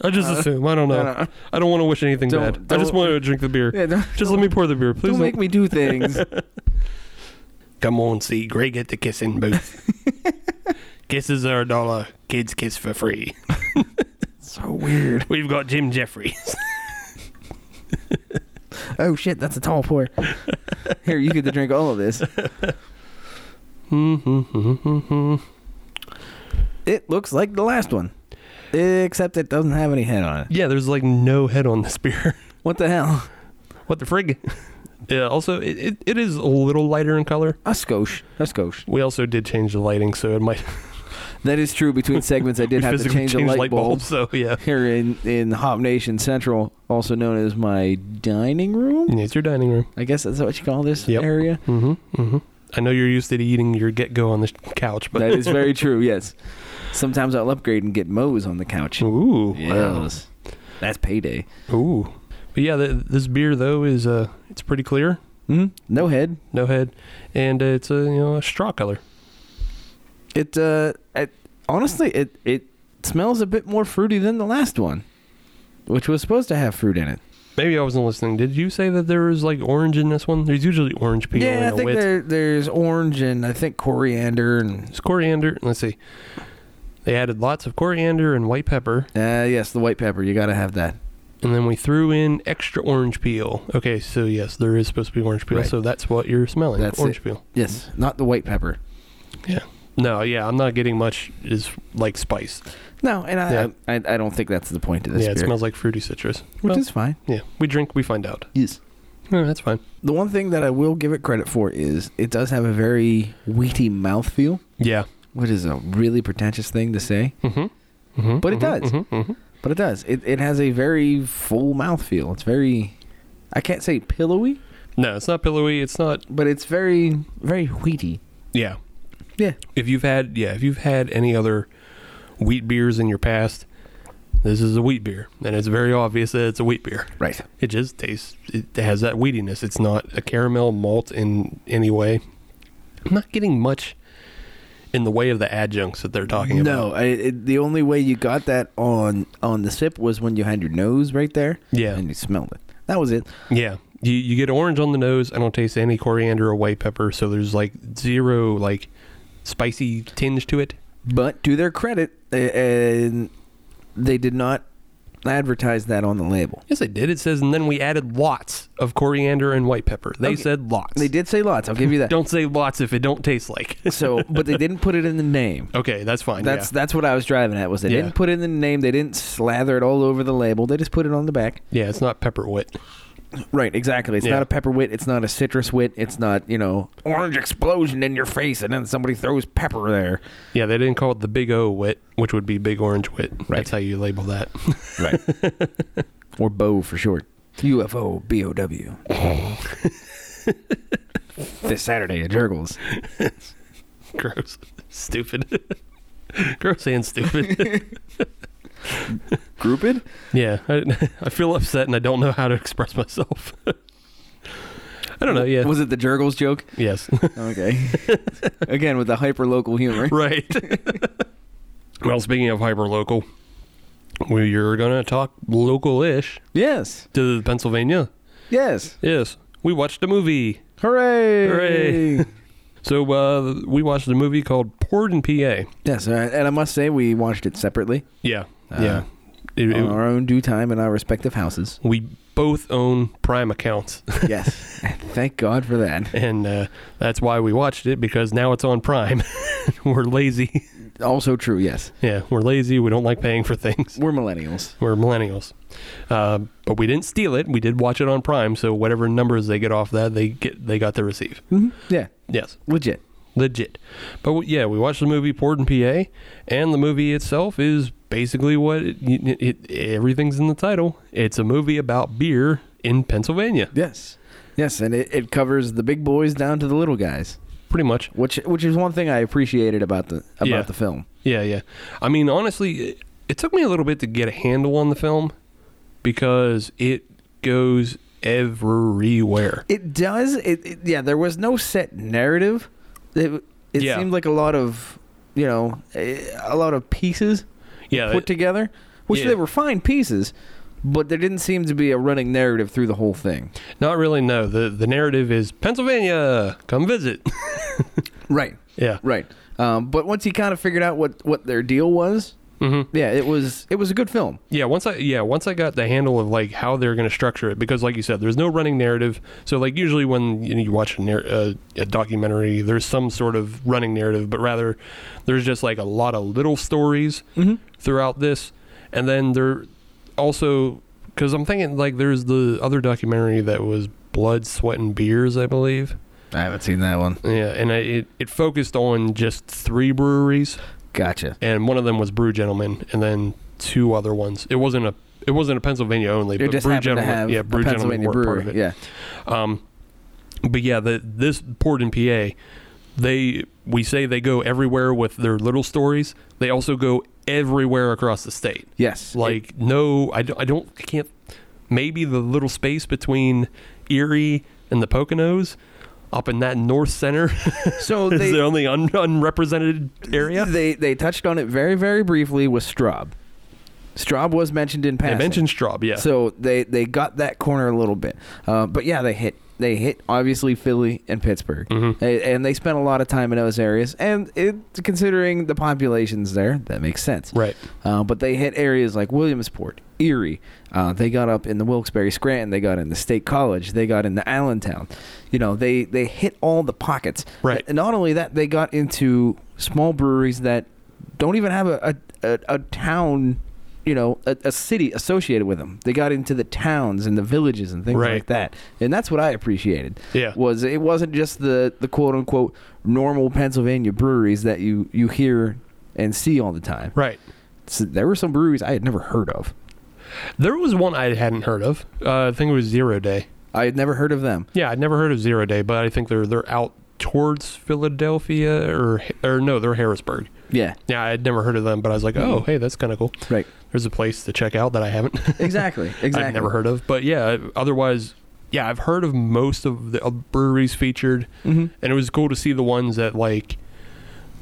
S5: I just assume. I don't know.
S1: I
S5: I
S1: don't know.
S5: don't, want to wish anything
S1: Don't-
S5: bad. I just
S1: don't-
S5: want to drink the beer.
S1: Yeah, don't-
S5: just let me pour the beer, please.
S1: don't make me do things.
S5: Come on, see Greg at the kissing booth. Kisses are a dollar. Kids kiss for free.
S1: so weird.
S5: We've got Jim Jeffries.
S1: Oh, shit. That's a tall pour. Here, you get to drink all of this. It looks like the last one, except it doesn't have any head on it.
S5: yeah, there's like no head on this beer.
S1: What the hell?
S5: what the frig? Yeah, also, it, it, it is a little lighter in color.
S1: A skosh. A skosh.
S5: We also did change the lighting, so it might
S1: That is true. Between segments, I did have to
S5: physically
S1: change the light, bulb.
S5: So, yeah.
S1: here in in Hop Nation Central, also known as my dining room.
S5: It's your dining room.
S1: I guess that's what you call this
S5: Yep.
S1: area.
S5: Mm-hmm. Mm-hmm. I know you're used to eating your get go on the couch, but
S1: That is very true. Yes. Sometimes I'll upgrade and get Moe's on the couch.
S5: ooh, wow.
S1: Yes. That's payday.
S5: ooh. But yeah, th- this beer though is uh, it's pretty clear,
S1: hmm No head.
S5: no head, and uh, it's a you know a straw color.
S1: It uh, it, honestly, it it smells a bit more fruity than the last one, which was supposed to have fruit in it.
S5: Maybe I wasn't listening. Did you say that there was like orange in this one? There's usually orange peel
S1: yeah, I
S5: and a
S1: think
S5: wit.
S1: there, there's orange and I think coriander and
S5: It's coriander. Let's see. They added lots of coriander and white pepper,
S1: uh, yes, the white pepper. You got to have that.
S5: and then we threw in extra orange peel. Okay, so yes, there is supposed to be orange peel.
S1: Right.
S5: So that's what you're smelling.
S1: That's
S5: orange
S1: it.
S5: peel.
S1: Yes, not the white pepper.
S5: Yeah. No, yeah, I'm not getting much is like spice.
S1: No, and I,
S5: Yeah.
S1: I I don't think that's the point of this
S5: yeah, it
S1: beer,
S5: smells like fruity citrus.
S1: which
S5: Well,
S1: is fine.
S5: yeah, we drink, we find out.
S1: Yes.
S5: Yeah, that's fine.
S1: The one thing that I will give it credit for is it does have a very wheaty mouthfeel,
S5: Yeah.
S1: which is a really pretentious thing to say,
S5: Mm-hmm. mm-hmm.
S1: But it
S5: mhm,
S1: does.
S5: mhm, mhm.
S1: but it does. It it has a very full mouthfeel. It's very, I can't say pillowy,
S5: No, it's not pillowy. It's not.
S1: but it's very very wheaty.
S5: Yeah.
S1: Yeah.
S5: If you've had, yeah, if you've had any other wheat beers in your past, this is a wheat beer, and it's very obvious that it's a wheat beer.
S1: Right.
S5: It just tastes. It has that wheatiness. It's not a caramel malt in any way. I'm not getting much in the way of the adjuncts that they're talking about.
S1: No, I, it, the only way you got that on on the sip was when you had your nose right there.
S5: Yeah.
S1: And you smelled it. That was it.
S5: Yeah. You you get orange on the nose. I don't taste any coriander or white pepper, so there's like zero like spicy tinge to it.
S1: But to their credit, they, and they did not advertise that on the label.
S5: Yes, they did. It says, and then we added lots of coriander and white pepper. They
S1: Okay.
S5: said lots.
S1: They did say lots. I'll give you that.
S5: Don't say lots if it don't taste like.
S1: so, but they didn't put it in the name.
S5: okay, that's fine.
S1: That's
S5: yeah.
S1: that's what I was driving at. Was they
S5: Yeah.
S1: didn't put it in the name. They didn't slather it all over the label. They just put it on the back.
S5: yeah, it's not pepper wit.
S1: Right. Exactly. It's
S5: Yeah.
S1: not a pepper wit. It's not a citrus wit. It's not you know orange explosion in your face, and then somebody throws pepper there.
S5: Yeah, they didn't call it the big O wit, which would be big orange wit.
S1: Right.
S5: That's how you label that.
S1: Right. or bow for short. UFO B O W. This Saturday at Jurgles.
S5: Gross. Stupid. Gross and stupid.
S1: Grouped?
S5: yeah, I, I feel upset and I don't know how to express myself. I don't know. Yeah.
S1: Was it the Jurgles joke?
S5: yes.
S1: Okay. Again with the hyper local humor.
S5: right. well, speaking of hyperlocal, we're going to talk local-ish
S1: Yes.
S5: to Pennsylvania.
S1: Yes.
S5: Yes. We watched a movie.
S1: Hooray.
S5: Hooray. So uh, we watched a movie called Port in PA.
S1: Yes, uh, and I must say we watched it separately
S5: Yeah.
S1: Uh,
S5: yeah. It-
S1: on
S5: it-
S1: our own due time in our respective houses.
S5: we both own Prime accounts,
S1: Yes, thank God for that.
S5: and uh, that's why we watched it because now it's on Prime. we're lazy.
S1: Also true. Yes,
S5: Yeah, we're lazy. We don't like paying for things.
S1: we're millennials.
S5: We're millennials. Uh, but we didn't steal it. We did watch it on Prime, so whatever numbers they get off that, they get they got to receive.
S1: Yeah,
S5: Yes,
S1: legit.
S5: legit. But w- yeah, we watched the movie Port in PA, and the movie itself is basically what it, it, it, everything's in the title. It's a movie about beer in Pennsylvania,
S1: Yes, yes, and it, it covers the big boys down to the little guys,
S5: pretty much.
S1: which which is one thing I appreciated about the about
S5: Yeah.
S1: the film.
S5: Yeah, yeah. I mean, honestly, it, it took me a little bit to get a handle on the film because it goes everywhere.
S1: It does. It, it- yeah. There was no set narrative. It it
S5: Yeah.
S1: seemed like a lot of you know eh, a lot of pieces
S5: Yeah,
S1: put
S5: it-
S1: together, which
S5: Yeah.
S1: they were fine pieces, but there didn't seem to be a running narrative through the whole thing.
S5: not really. No, the the narrative is Pennsylvania, come visit.
S1: Right,
S5: yeah,
S1: right. Um, but once you kind of figured out what what their deal was,
S5: hmm
S1: yeah, it was it was a good film.
S5: yeah. Once I yeah once I got the handle of like how they're going to structure it because like you said, there's no running narrative. So like usually when you, know, you watch a, narr- uh, a documentary, there's some sort of running narrative, but rather there's just like a lot of little stories.
S1: Mm-hmm.
S5: throughout this, and then there also because I'm thinking like there's the other documentary that was Blood, Sweat, and Beers, I believe.
S1: I haven't seen that one.
S5: Yeah, and I, it it focused on just three breweries,
S1: Gotcha.
S5: and one of them was Brew Gentleman, and then two other ones. It wasn't a it wasn't a Pennsylvania only,
S1: It
S5: but
S1: just
S5: Brew
S1: happened to
S5: Gentleman,
S1: have
S5: yeah,
S1: a
S5: Brew Gentleman
S1: Pennsylvania
S5: were
S1: brewery.
S5: part of it.
S1: Yeah,
S5: Um, but yeah, the, this port in PA, they we say they go everywhere with their little stories. They also go everywhere across the state.
S1: yes.
S5: Like no, I don't. I don't. I can't. Maybe the little space between Erie and the Poconos, up in that north center,
S1: so
S5: is the
S1: they,
S5: only un- unrepresented area.
S1: they they touched on it very very briefly with Straub. Straub was mentioned in
S5: I
S1: passing.
S5: mentioned Straub, yeah.
S1: So they they got that corner a little bit, uh, but yeah, they hit they hit obviously Philly and Pittsburgh,
S5: Mhm.
S1: A- and they spent a lot of time in those areas. And it, considering the populations there, that makes sense.
S5: right.
S1: Uh, but they hit areas like Williamsport, Erie. Uh, they got up in the Wilkes-Barre Scranton. They got in the State College. They got in the Allentown. You know, they they hit all the pockets.
S5: Right.
S1: And not only that, they got into small breweries that don't even have a a, a, a town. You know, a, a city associated with them. They got into the towns and the villages and things
S5: Right.
S1: like that, and that's what I appreciated.
S5: Yeah.
S1: was it wasn't just the the quote unquote normal Pennsylvania breweries that you you hear and see all the time.
S5: Right.
S1: So there were some breweries I had never heard of.
S5: There was one I hadn't heard of. Uh, I think it was Zero Day.
S1: I had never heard of them.
S5: Yeah, I'd never heard of Zero Day, but I think they're they're out towards Philadelphia or or no, they're Harrisburg.
S1: Yeah,
S5: Yeah, I'd never heard of them, but I was like, oh, hey, that's kind of cool.
S1: right.
S5: There's a place to check out that I haven't.
S1: Exactly. Exactly.
S5: I've never heard of. But yeah, otherwise, yeah, I've heard of most of the uh, breweries featured,
S1: Mhm.
S5: and it was cool to see the ones that like,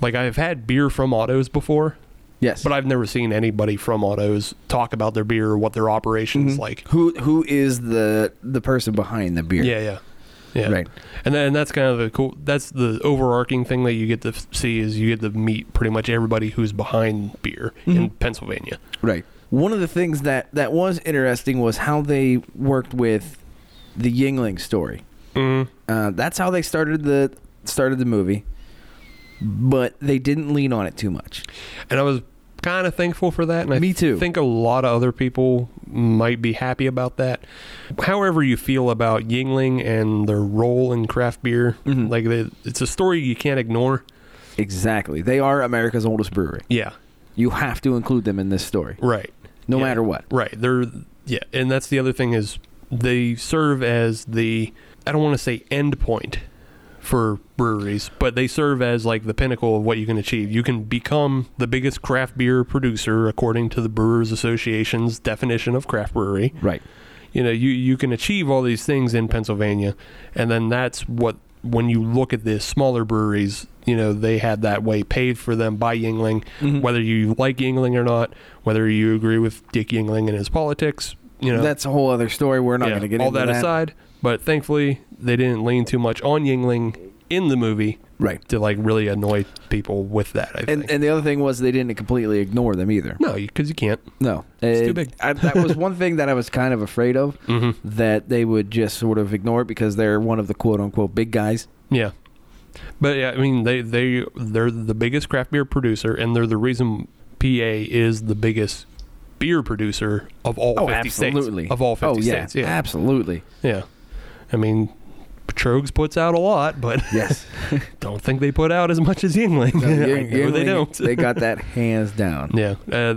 S5: like I've had beer from Autos before,
S1: Yes,
S5: but I've never seen anybody from Autos talk about their beer or what their operations like.
S1: Mm-hmm. who who is the the person behind the beer?
S5: Yeah, yeah. Yeah.
S1: Right.
S5: And then that's kind of the cool that's the overarching thing that you get to
S1: Mm-hmm.
S5: f- see is you get to meet pretty much everybody who's behind beer in Pennsylvania.
S1: Right. One of the things that that was interesting was how they worked with the Yingling story. Uh, that's how they started the started the movie, but they didn't lean on it too much.
S5: And I was kind of thankful for that. And I
S1: Me too.
S5: think a lot of other people might be happy about that. However, you feel about Yingling and their role in craft beer,
S1: Mm-hmm.
S5: like they, it's a story you can't ignore.
S1: Exactly, they are America's oldest brewery.
S5: Yeah.
S1: You have to include them in this story,
S5: Right.
S1: no
S5: Yeah.
S1: matter what.
S5: Right. They're yeah, and that's the other thing is they serve as the I don't want to say end point for breweries, but they serve as like the pinnacle of what you can achieve. You can become the biggest craft beer producer according to the Brewers Association's definition of craft brewery.
S1: Right.
S5: You know, you you can achieve all these things in Pennsylvania, and then that's what when you look at the smaller breweries, you know, they had that way paved for them by Yingling.
S1: Mm-hmm.
S5: Whether you like Yingling or not, whether you agree with Dick Yingling and his politics, you know,
S1: That's a whole other story. We're not
S5: yeah,
S1: going to get
S5: all
S1: into
S5: that, aside. But thankfully, they didn't lean too much on Yingling in the movie
S1: Right.
S5: to like really annoy people with that. I think.
S1: And and the other thing was they didn't completely ignore them either.
S5: no, because you can't.
S1: No,
S5: It's
S1: Uh,
S5: too big. Mm-hmm.
S1: I, that was one thing that I was kind of afraid of that they would just sort of ignore it because they're one of the quote unquote big guys.
S5: Yeah. But yeah, I mean they they they're the biggest craft beer producer and they're the reason PA is the biggest beer producer of all 50 states. Of all 50
S1: oh, yeah,
S5: states. Yeah.
S1: absolutely.
S5: yeah. I mean Trogs puts out a lot, but
S1: Yes,
S5: don't think they put out as much as Yingling. I
S1: Ying-
S5: know they
S1: Yingling,
S5: don't.
S1: they got that hands down.
S5: yeah. Uh,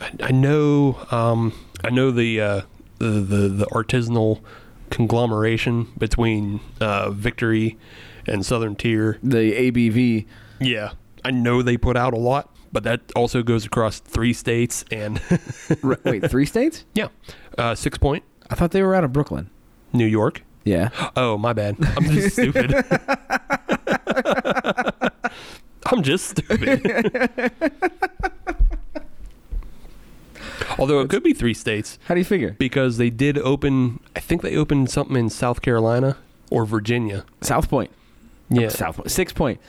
S5: I- I know um, I know the, uh, the the the artisanal conglomeration between uh, Victory and Southern Tier
S1: The ABV,
S5: Yeah, I know they put out a lot, but that also goes across three states and
S1: r- wait, three states?
S5: yeah, uh, Six Point,
S1: I thought they were out of Brooklyn.
S5: New York.
S1: Yeah,
S5: Oh, my bad. I'm just stupid. I'm just stupid. Although it could be three states
S1: how do you figure?
S5: because they did open. I think they opened something in South Carolina or Virginia.
S1: South Point,
S5: Yeah.
S1: South Point, Six Point.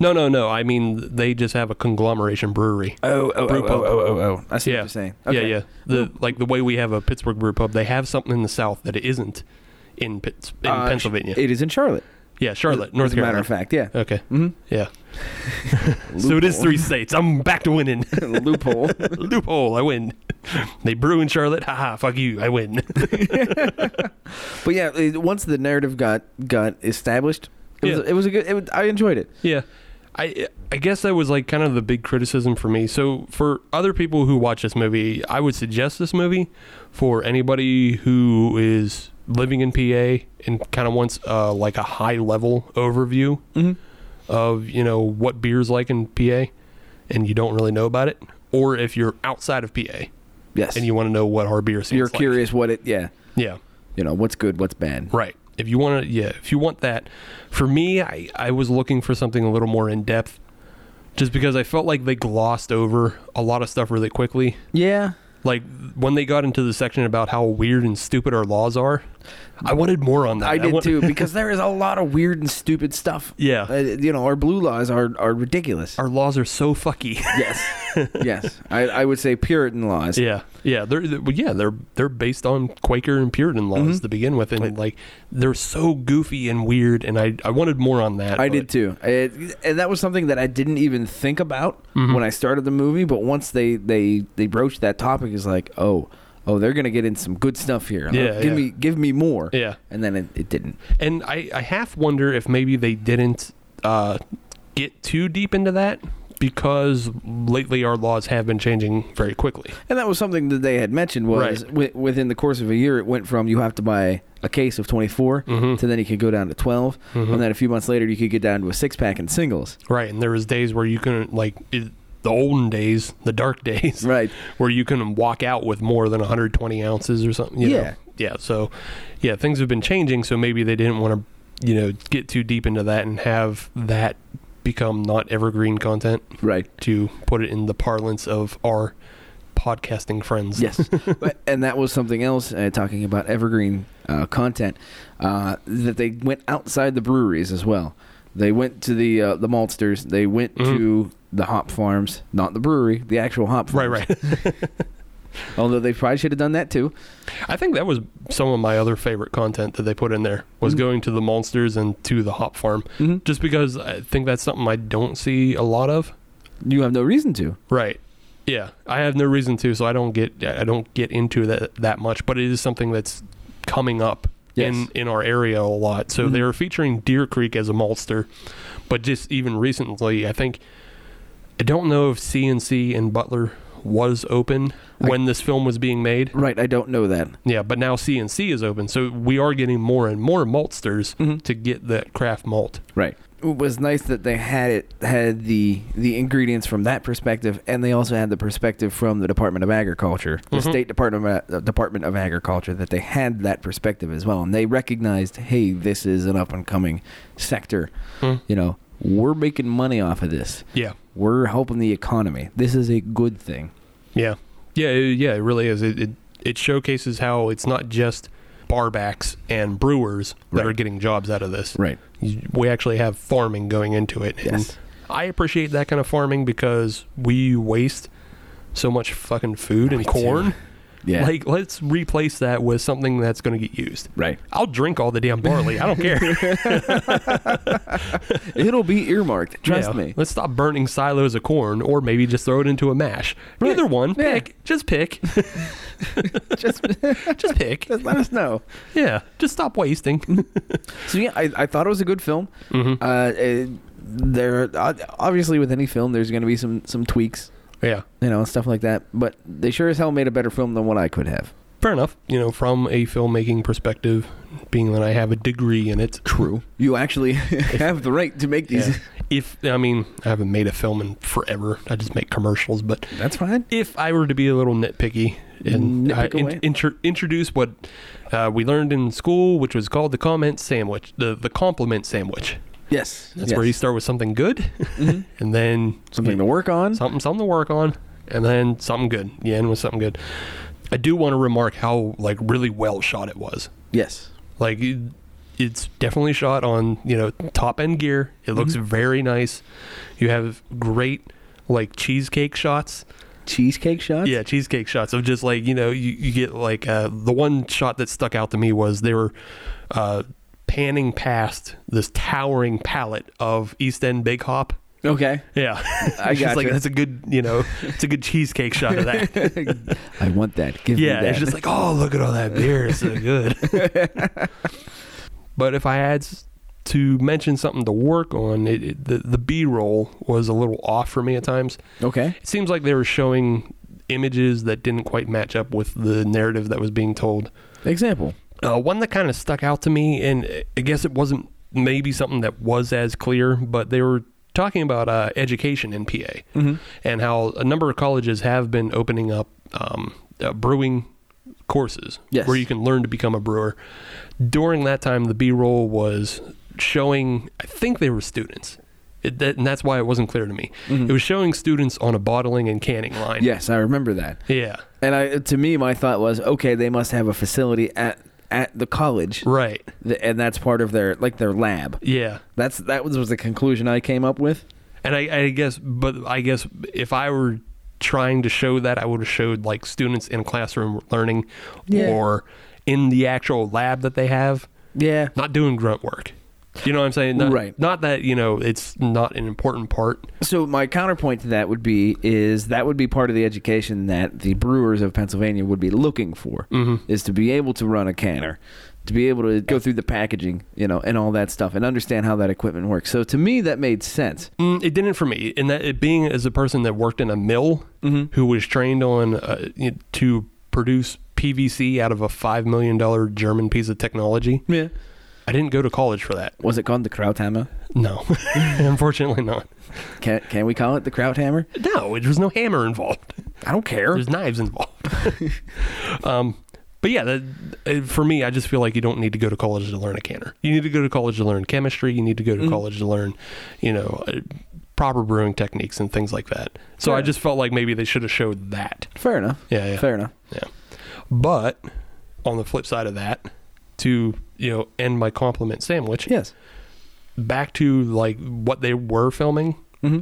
S5: No, no, no. I mean, they just have a conglomeration brewery.
S1: Oh, oh,
S5: Brew pub.
S1: oh, I see what you're saying. Okay.
S5: Yeah, yeah. The like the way we have a Pittsburgh brew pub, they have something in the South that it isn't in Pitts in
S1: Uh,
S5: Pennsylvania.
S1: It is in Charlotte.
S5: yeah, Charlotte,
S1: As
S5: North
S1: a matter
S5: Carolina.
S1: of fact, yeah. Mm-hmm.
S5: Okay. Yeah. so it is three states. I'm back to winning.
S1: Loophole.
S5: Loophole. I win. they brew in Charlotte. Haha. Fuck you. I win.
S1: But yeah, it, once the narrative got got established, it, was,
S5: Yeah.
S1: it was a good. It, was- I enjoyed it.
S5: Yeah. I I guess that was like kind of the big criticism for me. So for other people who watch this movie, I would suggest this movie for anybody who is living in PA and kind of wants uh, like a high level overview
S1: Mm-hmm.
S5: of you know what beer's like in PA, and you don't really know about it, or if you're outside of PA
S1: Yes,
S5: and you want to know what our beer. scene's
S1: you're
S5: like.
S1: curious what it. Yeah,
S5: Yeah.
S1: you know what's good, what's bad.
S5: Right. If you want to, yeah, if you want that. For me, I, I was looking for something a little more in depth just because I felt like they glossed over a lot of stuff really quickly.
S1: Yeah,
S5: Like when they got into the section about how weird and stupid our laws are, I wanted more on that.
S1: I did
S5: want-
S1: too because there is a lot of weird and stupid stuff.
S5: Yeah.
S1: Uh, you know our blue laws are are ridiculous.
S5: Our laws are so fucky.
S1: yes, yes, I, I would say Puritan laws.
S5: Yeah, yeah, they're, they well, yeah they're they're based on Quaker and Puritan laws
S1: Mm-hmm.
S5: to begin with, and like they're so goofy and weird, and I, I wanted more on that.
S1: I
S5: but-
S1: did too, it, and that was something that I didn't even think about
S5: Mm-hmm.
S1: when I started the movie. But once they they they broached that topic, is like, oh, oh, they're gonna get in some good stuff here.
S5: Yeah,
S1: give
S5: yeah.
S1: me give me more.
S5: Yeah.
S1: and then it, it didn't.
S5: And I, I half wonder if maybe they didn't uh, get too deep into that because lately our laws have been changing very quickly.
S1: And that was something that they had mentioned was
S5: Right.
S1: wi- within the course of a year, it went from you have to buy a case of 24
S5: Mm-hmm.
S1: to then you could go down to 12. And then a few months later, you could get down to a six pack and singles.
S5: Right. And there was days where you couldn't, like, it, the olden days, the dark days,
S1: Right.
S5: where you couldn't walk out with more than 120 ounces or something. you know?
S1: Yeah.
S5: Yeah. So, yeah, things have been changing. So maybe they didn't want to, you know, get too deep into that and have that become not evergreen content.
S1: Right.
S5: To put it in the parlance of our podcasting friends.
S1: Yes. But- and that was something else, uh, talking about evergreen uh, content, uh, that they went outside the breweries as well. They went to the uh, the maltsters. They went to the hop farms, not the brewery, the actual hop farms.
S5: Right, right.
S1: Although they probably should have done that too.
S5: I think that was some of my other favorite content that they put in there was
S1: Mm-hmm.
S5: going to the monsters and to the hop farm,
S1: Mhm.
S5: just because I think that's something I don't see a lot of.
S1: You have no reason to.
S5: Right. Yeah, I have no reason to, so I don't get I don't get into that that much. But it is something that's coming up in
S1: Yes. Mm-hmm.
S5: in our area a lot. So they were featuring Deer Creek as a maltster, but just even recently, I think I don't know if CNC and Butler was open
S1: I-
S5: when this film was being made.
S1: Right, I don't know that.
S5: Yeah, but now CNC is open, so we are getting more and more maltsters
S1: Mhm.
S5: to get that craft malt.
S1: Right. It was nice that they had it had the the ingredients from that perspective, and they also had the perspective from the Department of Agriculture, the
S5: Mm-hmm.
S1: State Department of, uh, Department of Agriculture. That they had that perspective as well, and they recognized, hey, this is an up and coming sector. You know, we're making money off of this.
S5: Hmm. Yeah,
S1: We're helping the economy. This is a good thing.
S5: Yeah, yeah, it, yeah. It really is. It, it it showcases how it's not just barbacks and brewers that
S1: Right.
S5: are getting jobs out of this.
S1: Right.
S5: You- We actually have farming going into it. and
S1: Yes.
S5: I appreciate that kind of farming because we waste so much fucking food and
S1: We do.
S5: corn.
S1: Yeah.
S5: Like, let's replace that with something that's going to get used.
S1: Right.
S5: I'll drink all the damn barley. I don't care.
S1: It'll be earmarked. Trust
S5: Yeah.
S1: me.
S5: Let's stop burning silos of corn, or maybe just throw it into a mash.
S1: Right.
S5: Either one.
S1: Yeah.
S5: Pick. Just pick.
S1: Just,
S5: just pick.
S1: just let us know.
S5: Yeah, just stop wasting. Mm-hmm.
S1: So yeah, I, I thought it was a good film. Uh, it, there, uh, obviously, with any film, there's going to be some some tweaks,
S5: yeah,
S1: you know, and stuff like that. But they sure as hell made a better film than what I could have.
S5: fair enough. You know, from a filmmaking perspective, being that I have a degree in it.
S1: True. You actually have the right to make these.
S5: Yeah. if I mean, I haven't made a film in forever. I just make commercials, but
S1: That's fine.
S5: if I were to be a little nitpicky and uh,
S1: Nitpick away.
S5: in, intro introduce what uh, we learned in school, which was called the comment sandwich, the the compliment sandwich.
S1: Yes. Yes.
S5: That's
S1: Mm-hmm.
S5: where you start with something good, and then
S1: something to work on.
S5: something something to work on and then something good you end with something good i do want to remark how like really well shot it was
S1: yes.
S5: like it, it's definitely shot on you know top end gear it
S1: Mm-hmm.
S5: looks very nice you have great like cheesecake shots
S1: Cheesecake shots.
S5: yeah cheesecake shots of just like you know you, you get like uh, the one shot that stuck out to me was they were uh, panning past this towering palette of east end big hop
S1: Okay.
S5: yeah,
S1: I
S5: It's just like
S1: gotcha.
S5: that's a good, you know, it's a good cheesecake shot of that.
S1: I want that. Give
S5: yeah,
S1: me that.
S5: it's just like, oh, look at all that beer, it's so good. but if I had s- to mention something to work on, it, it, the the B roll was a little off for me at times.
S1: okay.
S5: It seems like they were showing images that didn't quite match up with the narrative that was being told.
S1: Example.
S5: Uh, one that kind of stuck out to me, and I guess it wasn't maybe something that was as clear, but they were talking about uh, education in PA and how a number of colleges have been opening up um, uh, brewing courses
S1: Yes.
S5: where you can learn to become a brewer. During that time, the B roll was showing, I think they were students. It, that, and that's why it wasn't clear to me. It was showing students on a bottling and canning line.
S1: Yes, I remember that.
S5: Yeah.
S1: And I, to me, my thought was, okay, they must have a facility at at the college,
S5: Right.
S1: th- and that's part of their like their lab.
S5: Yeah.
S1: That's that was, was the conclusion I came up with.
S5: And I, I guess, but I guess if I were trying to show that, I would have showed like students in classroom learning
S1: Yeah.
S5: or in the actual lab that they have,
S1: Yeah,
S5: not doing grunt work. You know what I'm saying? Not,
S1: Right.
S5: Not that, you know, it's not an important part.
S1: So my counterpoint to that would be is that would be part of the education that the brewers of Pennsylvania would be looking for
S5: Mm-hmm.
S1: is to be able to run a canner, to be able to go through the packaging, you know, and all that stuff and understand how that equipment works. So to me that made sense.
S5: Mm, it didn't for me. And that it being as a person that worked in a mill
S1: Mm-hmm.
S5: who was trained on uh, you know, to produce PVC out of a $5 million German piece of technology,
S1: Yeah.
S5: I didn't go to college for that.
S1: Was it called the Krauthammer?
S5: No, unfortunately not.
S1: Can can we call it the Krauthammer?
S5: No, there was no hammer involved.
S1: I don't care.
S5: There's knives involved. um, but yeah, that, uh, for me, I just feel like you don't need to go to college to learn a canner. You need to go to college to learn chemistry. You need to go
S1: Mm-hmm.
S5: to college to learn, you know, uh, proper brewing techniques and things like that. So I
S1: Sure.
S5: just felt like maybe they should have showed that.
S1: Fair enough.
S5: Yeah, yeah.
S1: Fair enough.
S5: Yeah. But on the flip side of that, to you know, end my compliment sandwich
S1: Yes.
S5: back to like what they were
S1: Mm-hmm.
S5: filming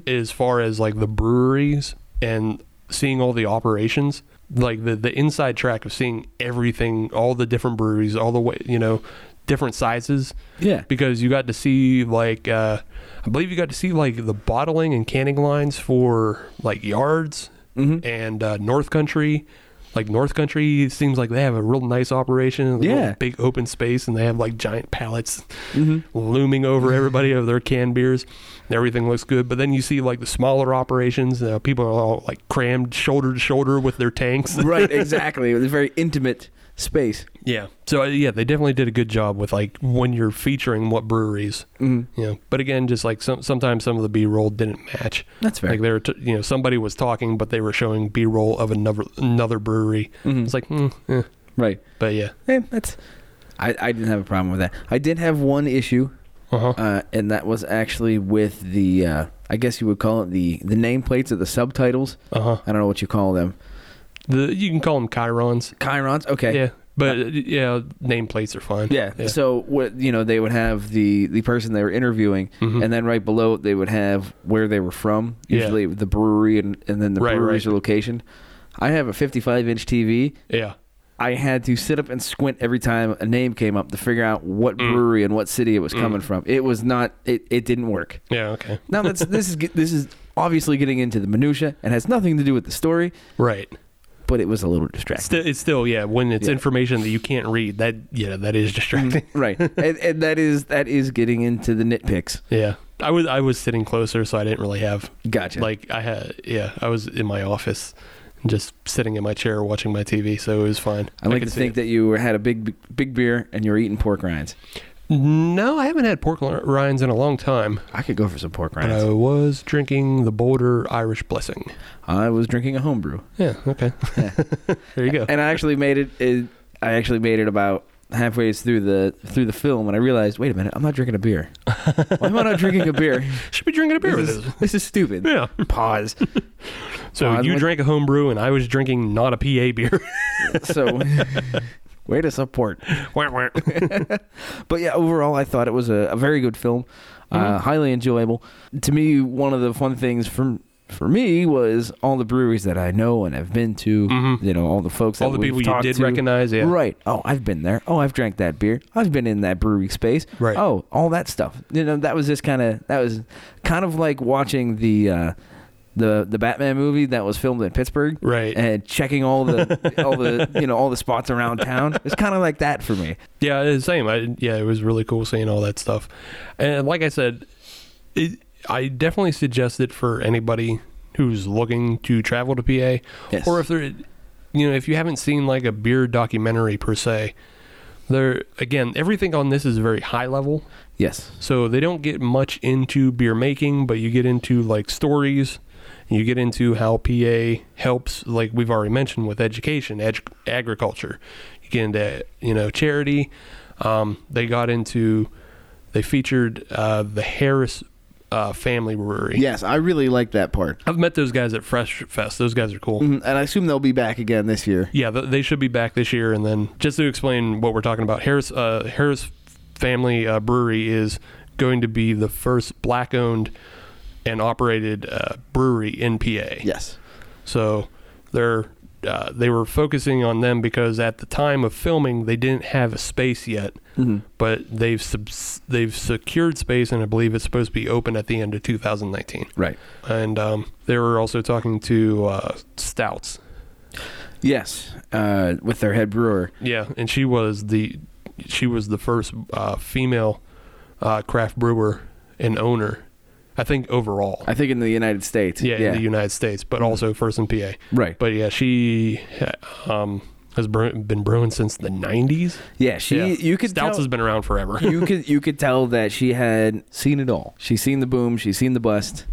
S5: as far as like the breweries and seeing all the operations like the the inside track of seeing everything, all the different breweries, all the way, you know, different sizes.
S1: Yeah.
S5: Because you got to see like uh, I believe you got to see like the bottling and canning lines for like yards
S1: Mm-hmm.
S5: and uh, North Country. Like North Country seems like they have a real nice operation, a little
S1: Yeah.
S5: big open space, and they have like giant pallets
S1: Mm-hmm.
S5: looming over everybody of their canned beers. And everything looks good, but then you see like the smaller operations. Uh, people are all like crammed shoulder to shoulder with their tanks.
S1: right, exactly. It was a very intimate space.
S5: Yeah. So uh, yeah, they definitely did a good job with like when you're featuring what breweries.
S1: Mm-hmm.
S5: Mm. You know, but again, just like some sometimes some of the B-roll didn't match.
S1: That's fair.
S5: Like they were, t- you know, somebody was talking, but they were showing B-roll of another another brewery. It's like, mm, eh.
S1: Mm-hmm. Right.
S5: but yeah.
S1: Eh, that's. I, I didn't have a problem with that. I did have one issue,
S5: Uh-huh.
S1: uh, and that was actually with the. Uh, I guess you would call it the the nameplates of the subtitles.
S5: Uh-huh.
S1: I don't know what you call them.
S5: The you can call them chirons.
S1: Chirons. Okay.
S5: Yeah. But uh, yeah, nameplates are fine.
S1: Yeah. So what you know, they would have the the person they were interviewing, and then right below it, they would have where they were from.
S5: Mm-hmm. Yeah.
S1: Usually the brewery and, and then the
S5: Right,
S1: brewery's
S5: right.
S1: location. I have a 55 inch TV.
S5: yeah.
S1: I had to sit up and squint every time a name came up to figure out what
S5: Mm.
S1: brewery and what city it was coming from. It was not. It, it didn't work.
S5: Yeah. Okay.
S1: Now that's this is get- this is obviously getting into the minutia and has nothing to do with the story,
S5: Right.
S1: but it was a little distracting.
S5: Still, it's still yeah. When it's information that you can't read, that yeah, that is distracting.
S1: Right, and, and that is that is getting into the nitpicks.
S5: Yeah. I was I was sitting closer, so I didn't really have
S1: Gotcha.
S5: like I had yeah, I was in my office and just sitting in my chair watching my TV, so it was fine.
S1: I like
S5: could
S1: to
S5: see
S1: think
S5: it.
S1: that you had a big, big beer and you were eating pork rinds.
S5: No, I haven't had pork li- rinds in a long time.
S1: I could go for some pork
S5: But
S1: rinds.
S5: I was drinking the Boulder Irish Blessing.
S1: I was drinking a homebrew,
S5: Yeah, okay. there you go.
S1: and I actually made it, it. I actually made it about halfway through the through the film, and I realized, wait a minute, I'm not drinking a beer. Why am I not drinking a beer?
S5: Should be drinking a beer
S1: This
S5: with
S1: is,
S5: this.
S1: this is stupid.
S5: Yeah.
S1: Pause.
S5: So
S1: Odd
S5: you
S1: one.
S5: drank a homebrew and I was drinking not a PA beer.
S1: So, way to support.
S5: Wah, wah.
S1: But yeah, overall, I thought it was a, a very good film,
S5: Mm-hmm.
S1: uh, highly enjoyable. To me, one of the fun things from for me was all the breweries that I know and have been to. You know, all the folks,
S5: Mm-hmm. All
S1: that
S5: the
S1: we've
S5: people you
S1: talked
S5: did
S1: to.
S5: recognize, yeah.
S1: right? Oh, I've been there. Oh, I've drank that beer. I've been in that brewery space.
S5: Right.
S1: Oh, all that stuff. You know, that was just kind of that was kind of like watching the. Uh, the, the Batman movie that was filmed in Pittsburgh,
S5: Right.
S1: And checking all the all the you know all the spots around town. It's kind of like that for me.
S5: Yeah, it's the same. I, yeah, it was really cool seeing all that stuff. And like I said, it, I definitely suggest it for anybody who's looking to travel to PA,
S1: Yes.
S5: or if they're, you know, if you haven't seen like a beer documentary per se. There again, everything on this is very high level,
S1: Yes,
S5: so they don't get much into beer making, but you get into like stories. and You get into how PA helps, like we've already mentioned, with education, ag- agriculture. You get into you know charity. Um, they got into they featured uh, the Harris uh, family brewery.
S6: Yes, I really like that part. Mm-hmm.
S5: I've met those guys at Fresh Fest. Those guys are cool.
S6: And I assume they'll be back again this year.
S5: Yeah, th- they should be back this year. And then just to explain what we're talking about, Harris uh, Harris Family uh, Brewery is going to be the first black-owned and operated uh, brewery in PA.
S6: Yes.
S5: So they're uh, they were focusing on them because at the time of filming they didn't have a space yet,
S1: Mm-hmm.
S5: but they've subs- they've secured space and I believe it's supposed to be open at the end of 2019.
S1: right.
S5: And um, they were also talking to uh, Stouts
S1: Yes, uh, with their head brewer.
S5: Yeah, and she was the she was the first uh, female uh, craft brewer and owner, I think overall.
S1: I think in the United States.
S5: yeah, in the United States, but also first in PA.
S1: Right.
S5: But yeah, she um, has bre- been brewing since the '90s.
S1: yeah, she.
S5: yeah,
S1: You could
S5: Stouts
S1: tell.
S5: has been around forever.
S1: you could you could tell that she had seen it all. She's seen the boom. She's seen the bust.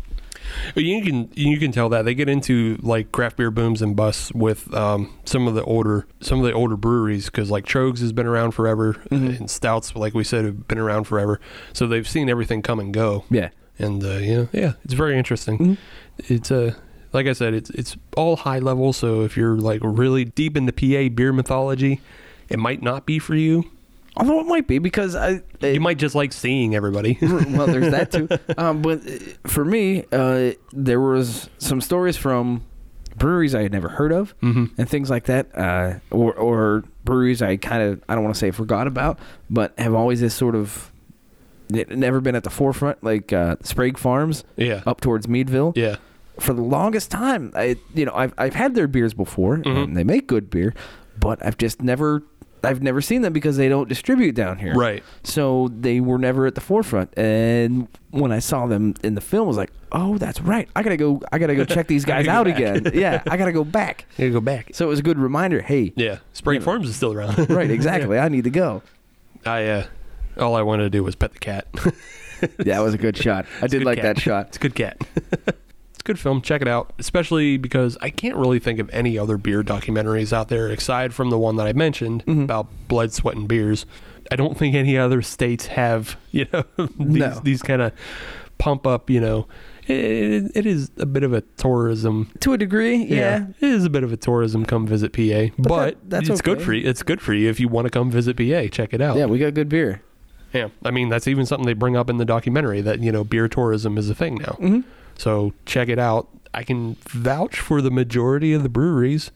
S5: But you can you can tell that they get into like craft beer booms and busts with um, some of the older some of the older breweries because like Trogs has been around forever
S1: Mm-hmm.
S5: and Stouts like we said have been around forever, so they've seen everything come and go.
S1: Yeah.
S5: and uh, you know, yeah, it's very interesting. It's uh, like I said, it's it's all high level. So if you're like really deep into PA beer mythology, it might not be for you.
S1: Although it might be because I.
S5: You might just like seeing everybody.
S1: well, there's that too. Um, but uh, for me, uh, there was some stories from breweries I had never heard of
S5: Mm-hmm.
S1: and things like that, uh, or or breweries I kind of I don't want to say forgot about, but have always this sort of n- never been at the forefront like uh, Sprague Farms
S5: Yeah.
S1: up towards Meadville
S5: Yeah.
S1: for the longest time, I you know I've I've had their beers before, and they make good beer, but I've just never I've never seen them because they don't distribute down here.
S5: Right.
S1: So they were never at the forefront. And when I saw them in the film, I was like, oh, that's right. I gotta go. I gotta go check these guys out again. yeah, I gotta go back.
S5: You go back.
S1: So it was a good reminder. Hey,
S5: Yeah. Spring Farms is still around.
S1: right, exactly. I need to go.
S5: I uh, all I wanted to do was pet the cat.
S1: Yeah, that was a good shot. I did
S5: good
S1: like
S5: cat.
S1: that shot.
S5: It's a good cat. it's a good film. Check it out, especially because I can't really think of any other beer documentaries out there aside from the one that I mentioned
S1: Mm-hmm.
S5: about blood, sweat, and beers. I don't think any other states have you know these
S1: No.
S5: these kind of pump up. You know, it, it is a bit of a tourism.
S1: To a degree, yeah.
S5: it is a bit of a tourism. Come visit PA, but,
S1: that- that's
S5: it's good
S1: okay.
S5: for you. It's good for you if you want to come visit PA. Check it out.
S1: Yeah, we got good beer.
S5: Yeah, I mean that's even something they bring up in the documentary that you know beer tourism is a thing now.
S1: Mm-hmm.
S5: So check it out. I can vouch for the majority of the breweries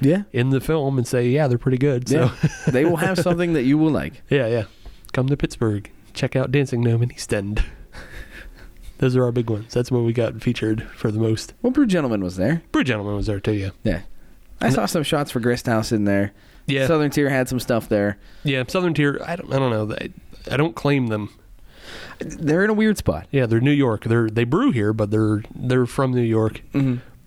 S1: Yeah,
S5: in the film and say yeah they're pretty good. So
S1: yeah. they will have something that you will like.
S5: yeah, yeah. Come to Pittsburgh, check out Dancing Gnome and East End. Those are our big ones. That's what we got featured for the most.
S1: Well, Brew Gentleman was there.
S5: Brew Gentleman was there too. Yeah,
S1: Yeah. I saw some shots for Gristhouse in there.
S5: Yeah.
S1: Southern Tier had some stuff there.
S5: yeah. Southern Tier. I don't. I don't know. I, I don't claim them.
S1: They're in a weird spot.
S5: Yeah, they're New York. They're they brew here, but they're they're from New York.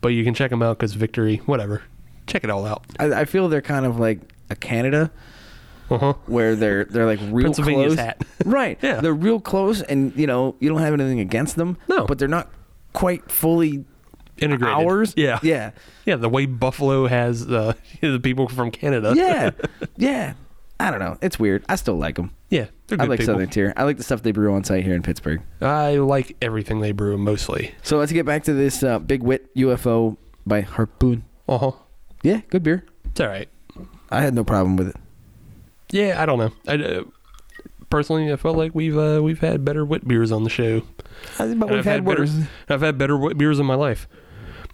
S5: But you can check them out because Victory, whatever. Check it all out.
S1: I, I feel they're kind of like a Canada
S5: Uh-huh.
S1: where they're they're like real
S5: Pennsylvania's
S1: close.
S5: hat.
S1: right.
S5: Yeah.
S1: They're real close and you know, you don't have anything against them.
S5: No.
S1: But they're not quite fully
S5: Integrated.
S1: ours.
S5: Yeah.
S1: Yeah.
S5: Yeah, the way Buffalo has uh, the people from Canada.
S1: Yeah. yeah. I don't know. It's weird. I still like them.
S5: yeah. They're
S1: I
S5: good
S1: like
S5: people.
S1: Southern Tier. I like the stuff they brew on site here in Pittsburgh.
S5: I like everything they brew mostly.
S1: So let's get back to this uh, Big Wit UFO by Harpoon.
S5: Uh huh.
S1: Yeah, good beer.
S5: It's all right.
S1: I had no problem with it.
S5: Yeah, I don't know. I, uh, personally, I felt like we've uh, we've had better wit beers on the show.
S1: But
S5: And I've had, better. I've had better wit beers in my life.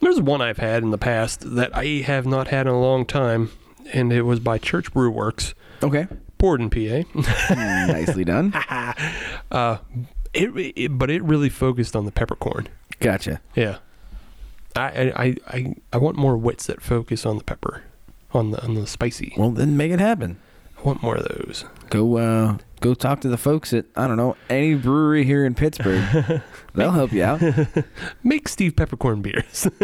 S5: There's one I've had in the past that I have not had in a long time, and it was by Church Brew Works,
S1: Okay.
S5: poured in PA.
S1: Mm, Nicely done.
S5: It, it but it really focused on the peppercorn.
S1: Gotcha.
S5: Yeah, I I I, I, I want more wits that focus on the pepper, on the on the spicy.
S1: Well, then make it happen.
S5: I want more of those.
S1: Go, uh, go talk to the folks at I don't know any brewery here in Pittsburgh. They'll help you out.
S5: Make Steve peppercorn beers.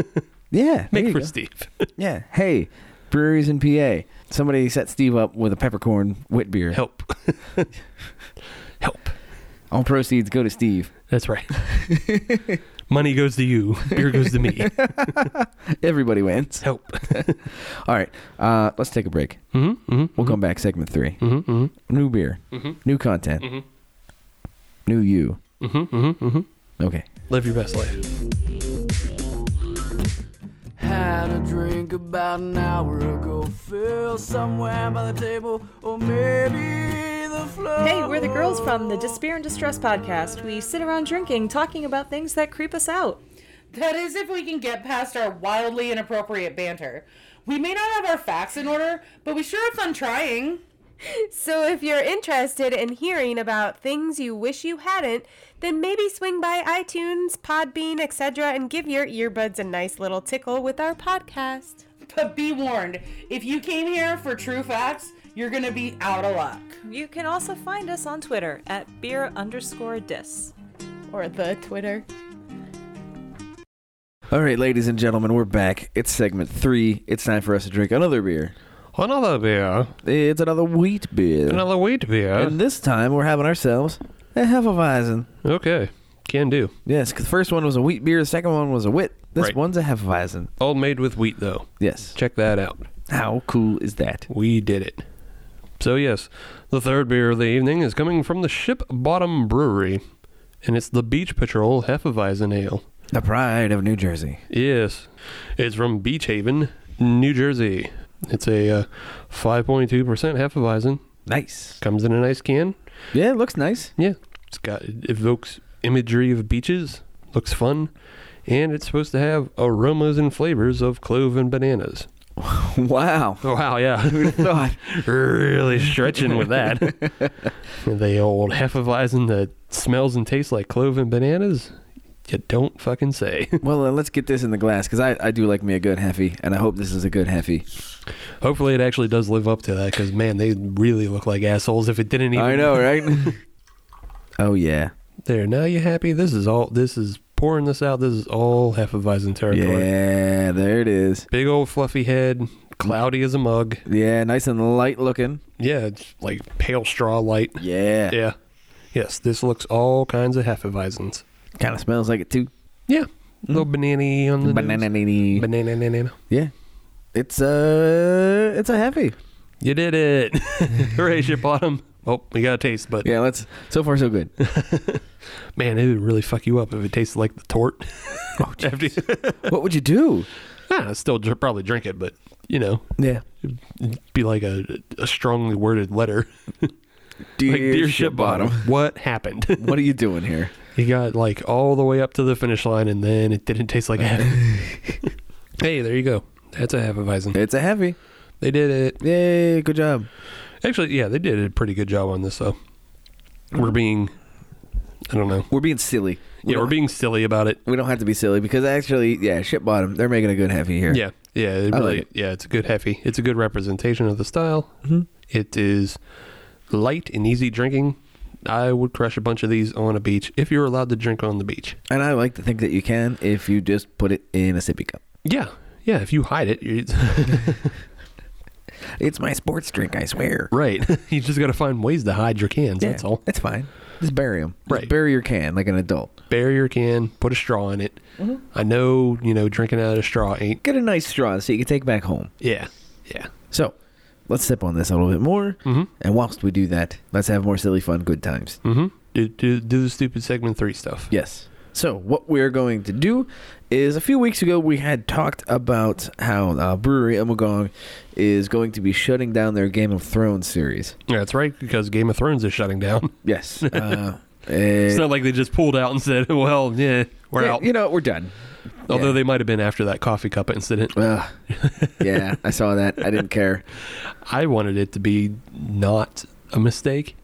S1: Yeah. there
S5: Make
S1: you
S5: for
S1: go.
S5: Steve.
S1: Yeah. Hey, breweries in PA. Somebody set Steve up with a peppercorn wit beer.
S5: Help. Help.
S1: All proceeds go to Steve.
S5: That's right. Money goes to you. Beer goes to me.
S1: Everybody wins.
S5: Help.
S1: All right. Uh, let's take a break.
S5: Mm-hmm, mm-hmm,
S1: We'll come back segment 3
S5: mm-hmm, mm-hmm,
S1: New beer. New content. New you.
S5: mm-hmm, mm-hmm, mm-hmm.
S1: Okay.
S5: Live your best life.
S7: Had a drink about an hour ago. Fell somewhere by the table, or maybe the floor.
S8: Hey, we're the girls from the Despair and Distress podcast. We sit around drinking, talking about things that creep us out.
S9: That is if we can get past our wildly inappropriate banter. We may not have our facts in order, but we sure have fun trying.
S10: So if you're interested in hearing about things you wish you hadn't, then maybe swing by iTunes, Podbean, etc. and give your earbuds a nice little tickle with our podcast.
S9: But be warned, if you came here for true facts, you're gonna be out of luck.
S8: You can also find us on Twitter at beer underscore dis.
S10: Or the Twitter.
S1: All right, ladies and gentlemen, we're back. It's segment three. It's time for us to drink another beer.
S5: Another beer.
S1: It's another wheat beer.
S5: Another wheat beer.
S1: And this time we're having ourselves a Hefeweizen.
S5: okay. Can do.
S1: Yes, 'cause the first one was a wheat beer, the second one was a wit. This
S5: Right.
S1: one's a Hefeweizen.
S5: All made with wheat, though.
S1: Yes.
S5: Check that out.
S1: How cool is that?
S5: We did it. So, yes, the third beer of the evening is coming from the Ship Bottom Brewery, and it's the Beach Patrol Hefeweizen Ale.
S1: The pride of New Jersey.
S5: Yes, it's from Beach Haven, New Jersey. It's a uh, 5.2% Hefeweizen.
S1: Nice.
S5: Comes in a nice can.
S1: Yeah, it looks nice.
S5: Yeah, it's got it evokes imagery of beaches. Looks fun. and it's supposed to have aromas and flavors of clove and bananas.
S1: Wow.
S5: Oh, wow, yeah.
S1: God.
S5: really stretching with that. the old Hefeweizen that smells and tastes like clove and bananas? You don't fucking say.
S1: Well, then let's get this in the glass because I, I do like me a good heffy, and I hope this is a good heffy.
S5: Hopefully, it actually does live up to that because, man, they really look like assholes if it didn't even.
S1: I know, right? oh yeah,
S5: There, now you happy? This is all, this is pouring this out. This is all Hefeweizen territory.
S1: yeah. There it is.
S5: Big old fluffy head, cloudy as a mug.
S1: Yeah, nice and light looking.
S5: Yeah, it's like pale straw light.
S1: Yeah.
S5: Yeah. Yes, this looks all kinds of Hefeweizens.
S1: Kind of smells like it too.
S5: Yeah.
S1: Hmm.
S5: Little banana on the
S1: Banana.
S5: nose. Banana. Banana.
S1: Yeah. It's uh it's a heavy.
S5: You did it. Hooray, ship bottom. Oh, we got a taste, but
S1: Yeah, let's so far so good.
S5: man, it would really fuck you up if it tasted like the tort. oh, After you,
S1: what would you do?
S5: Nah, I'd still dr- probably drink it, but you know,
S1: Yeah.
S5: it'd be like a, a strongly worded letter.
S1: Dear,
S5: like, dear
S1: ship,
S5: ship
S1: bottom.
S5: bottom, what happened?
S1: what are you doing here?
S5: He got like all the way up to the finish line, and then it didn't taste like a half. hey, there you go. That's a Hefeweizen.
S1: It's a heavy.
S5: They did it.
S1: Yay, good job.
S5: Actually, yeah, they did a pretty good job on this, though. We're being, I don't know.
S1: We're being silly. We
S5: yeah, we're
S1: don't-
S5: being silly about it.
S1: we don't have to be silly because actually, yeah, ship bottom. They're making a good heavy here.
S5: Yeah, yeah, it
S1: I
S5: really,
S1: like it. Mm-hmm.
S5: yeah. It's a good heavy. It's a good representation of the style. It is light and easy drinking. I would crush a bunch of these on a beach if you're allowed to drink on the beach.
S1: And I like to think that you can if you just put it in a sippy cup.
S5: Yeah, yeah. If you hide it, you
S1: It's my sports drink, I swear.
S5: right. you just got to find ways to hide your cans. That's all.
S1: It's fine. Just bury them.
S5: Right.
S1: bury your can like an adult.
S5: Bury your can. Put a straw in it.
S1: Mm-hmm.
S5: I know you know drinking out of a straw ain't.
S1: Get a nice straw so you can take back home.
S5: Yeah, yeah.
S1: So, let's sip on this a little bit more. Mm-hmm. And whilst we do that, let's have more silly fun, good times.
S5: Mm-hmm. Do, do do the stupid segment three stuff.
S1: Yes. So, what we're going to do is a few weeks ago, we had talked about how uh, Brewery Emulgong is going to be shutting down their Game of Thrones series.
S5: Yeah, that's right. Because Game of Thrones is shutting down.
S1: Yes. Uh,
S5: It's
S1: eh,
S5: not like they just pulled out and said, "Well, yeah, we're
S1: yeah,
S5: out."
S1: You know, we're done.
S5: Although
S1: Yeah.
S5: they might have been after that coffee cup incident.
S1: Ugh. yeah, I saw that. I didn't care.
S5: I wanted it to be not a mistake.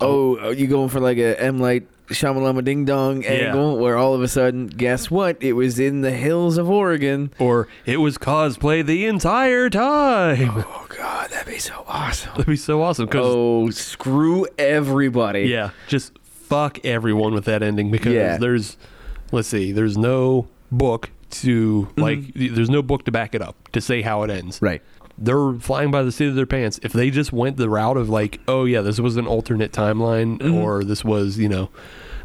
S1: Oh, are you going for like a M Light Shamalama Ding Dong angle where all of a sudden, guess what? It was in the hills of Oregon.
S5: Or it was cosplay the entire time.
S1: Oh God, that'd be so awesome.
S5: That'd be so awesome. 'cause-
S1: Oh, screw everybody.
S5: yeah, just fuck everyone with that ending because
S1: Yeah.
S5: there's, let's see, there's no book to like, there's no book to back it up to say how it ends.
S1: Mm-hmm. Right.
S5: They're flying by the seat of their pants. If they just went the route of like, oh yeah, this was an alternate timeline,
S1: Mm-hmm.
S5: or this was you know,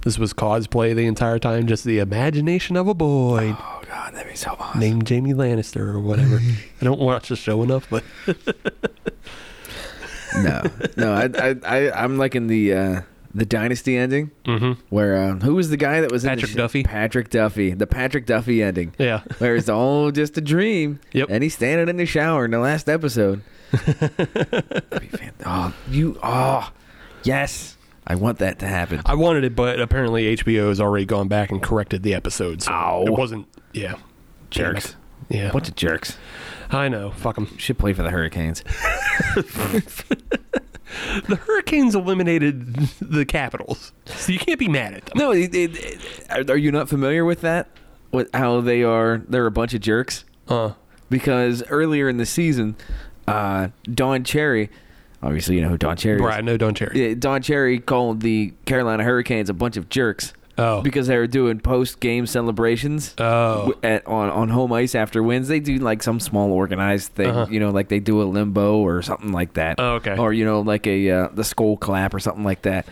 S5: this was cosplay the entire time, just the imagination of a boy.
S1: Oh God, that'd be so awesome.
S5: named Jamie Lannister or whatever. I don't watch the show enough, but
S1: no, no, I, I, I, I'm liking the uh, the dynasty ending
S5: mm-hmm.
S1: where um, who was the guy that was in the
S5: Patrick
S1: sh-
S5: Duffy.
S1: Patrick Duffy, the Patrick Duffy ending.
S5: yeah,
S1: Where it's all just a dream.
S5: Yep.
S1: And he's standing in the shower in the last episode. That'd be fan- oh, you, oh, yes. I want that to happen.
S5: I wanted it, but apparently HBO has already gone back and corrected the episode, so
S1: Ow.
S5: it wasn't. Yeah,
S1: Jerks.
S5: yeah.
S1: Bunch of jerks.
S5: I know. Fuck them.
S1: Should play for the Hurricanes.
S5: The Hurricanes eliminated the Capitals, so you can't be mad at them.
S1: No, it, it, it- are, are you not familiar with that? With how they are, they're a bunch of jerks.
S5: Uh,
S1: Because earlier in the season, uh, Don Cherry, obviously you know who Don Cherry
S5: Brian,
S1: is.
S5: no, don't care.
S1: Yeah, Don Cherry called the Carolina Hurricanes a bunch of jerks.
S5: Oh,
S1: because they were doing post game celebrations
S5: oh,
S1: w- at, on on home ice after wins. They do like some small organized thing,
S5: Uh-huh.
S1: you know, like they do a limbo or something like that.
S5: Oh, okay.
S1: Or you know, like a uh, the skull clap or something like that.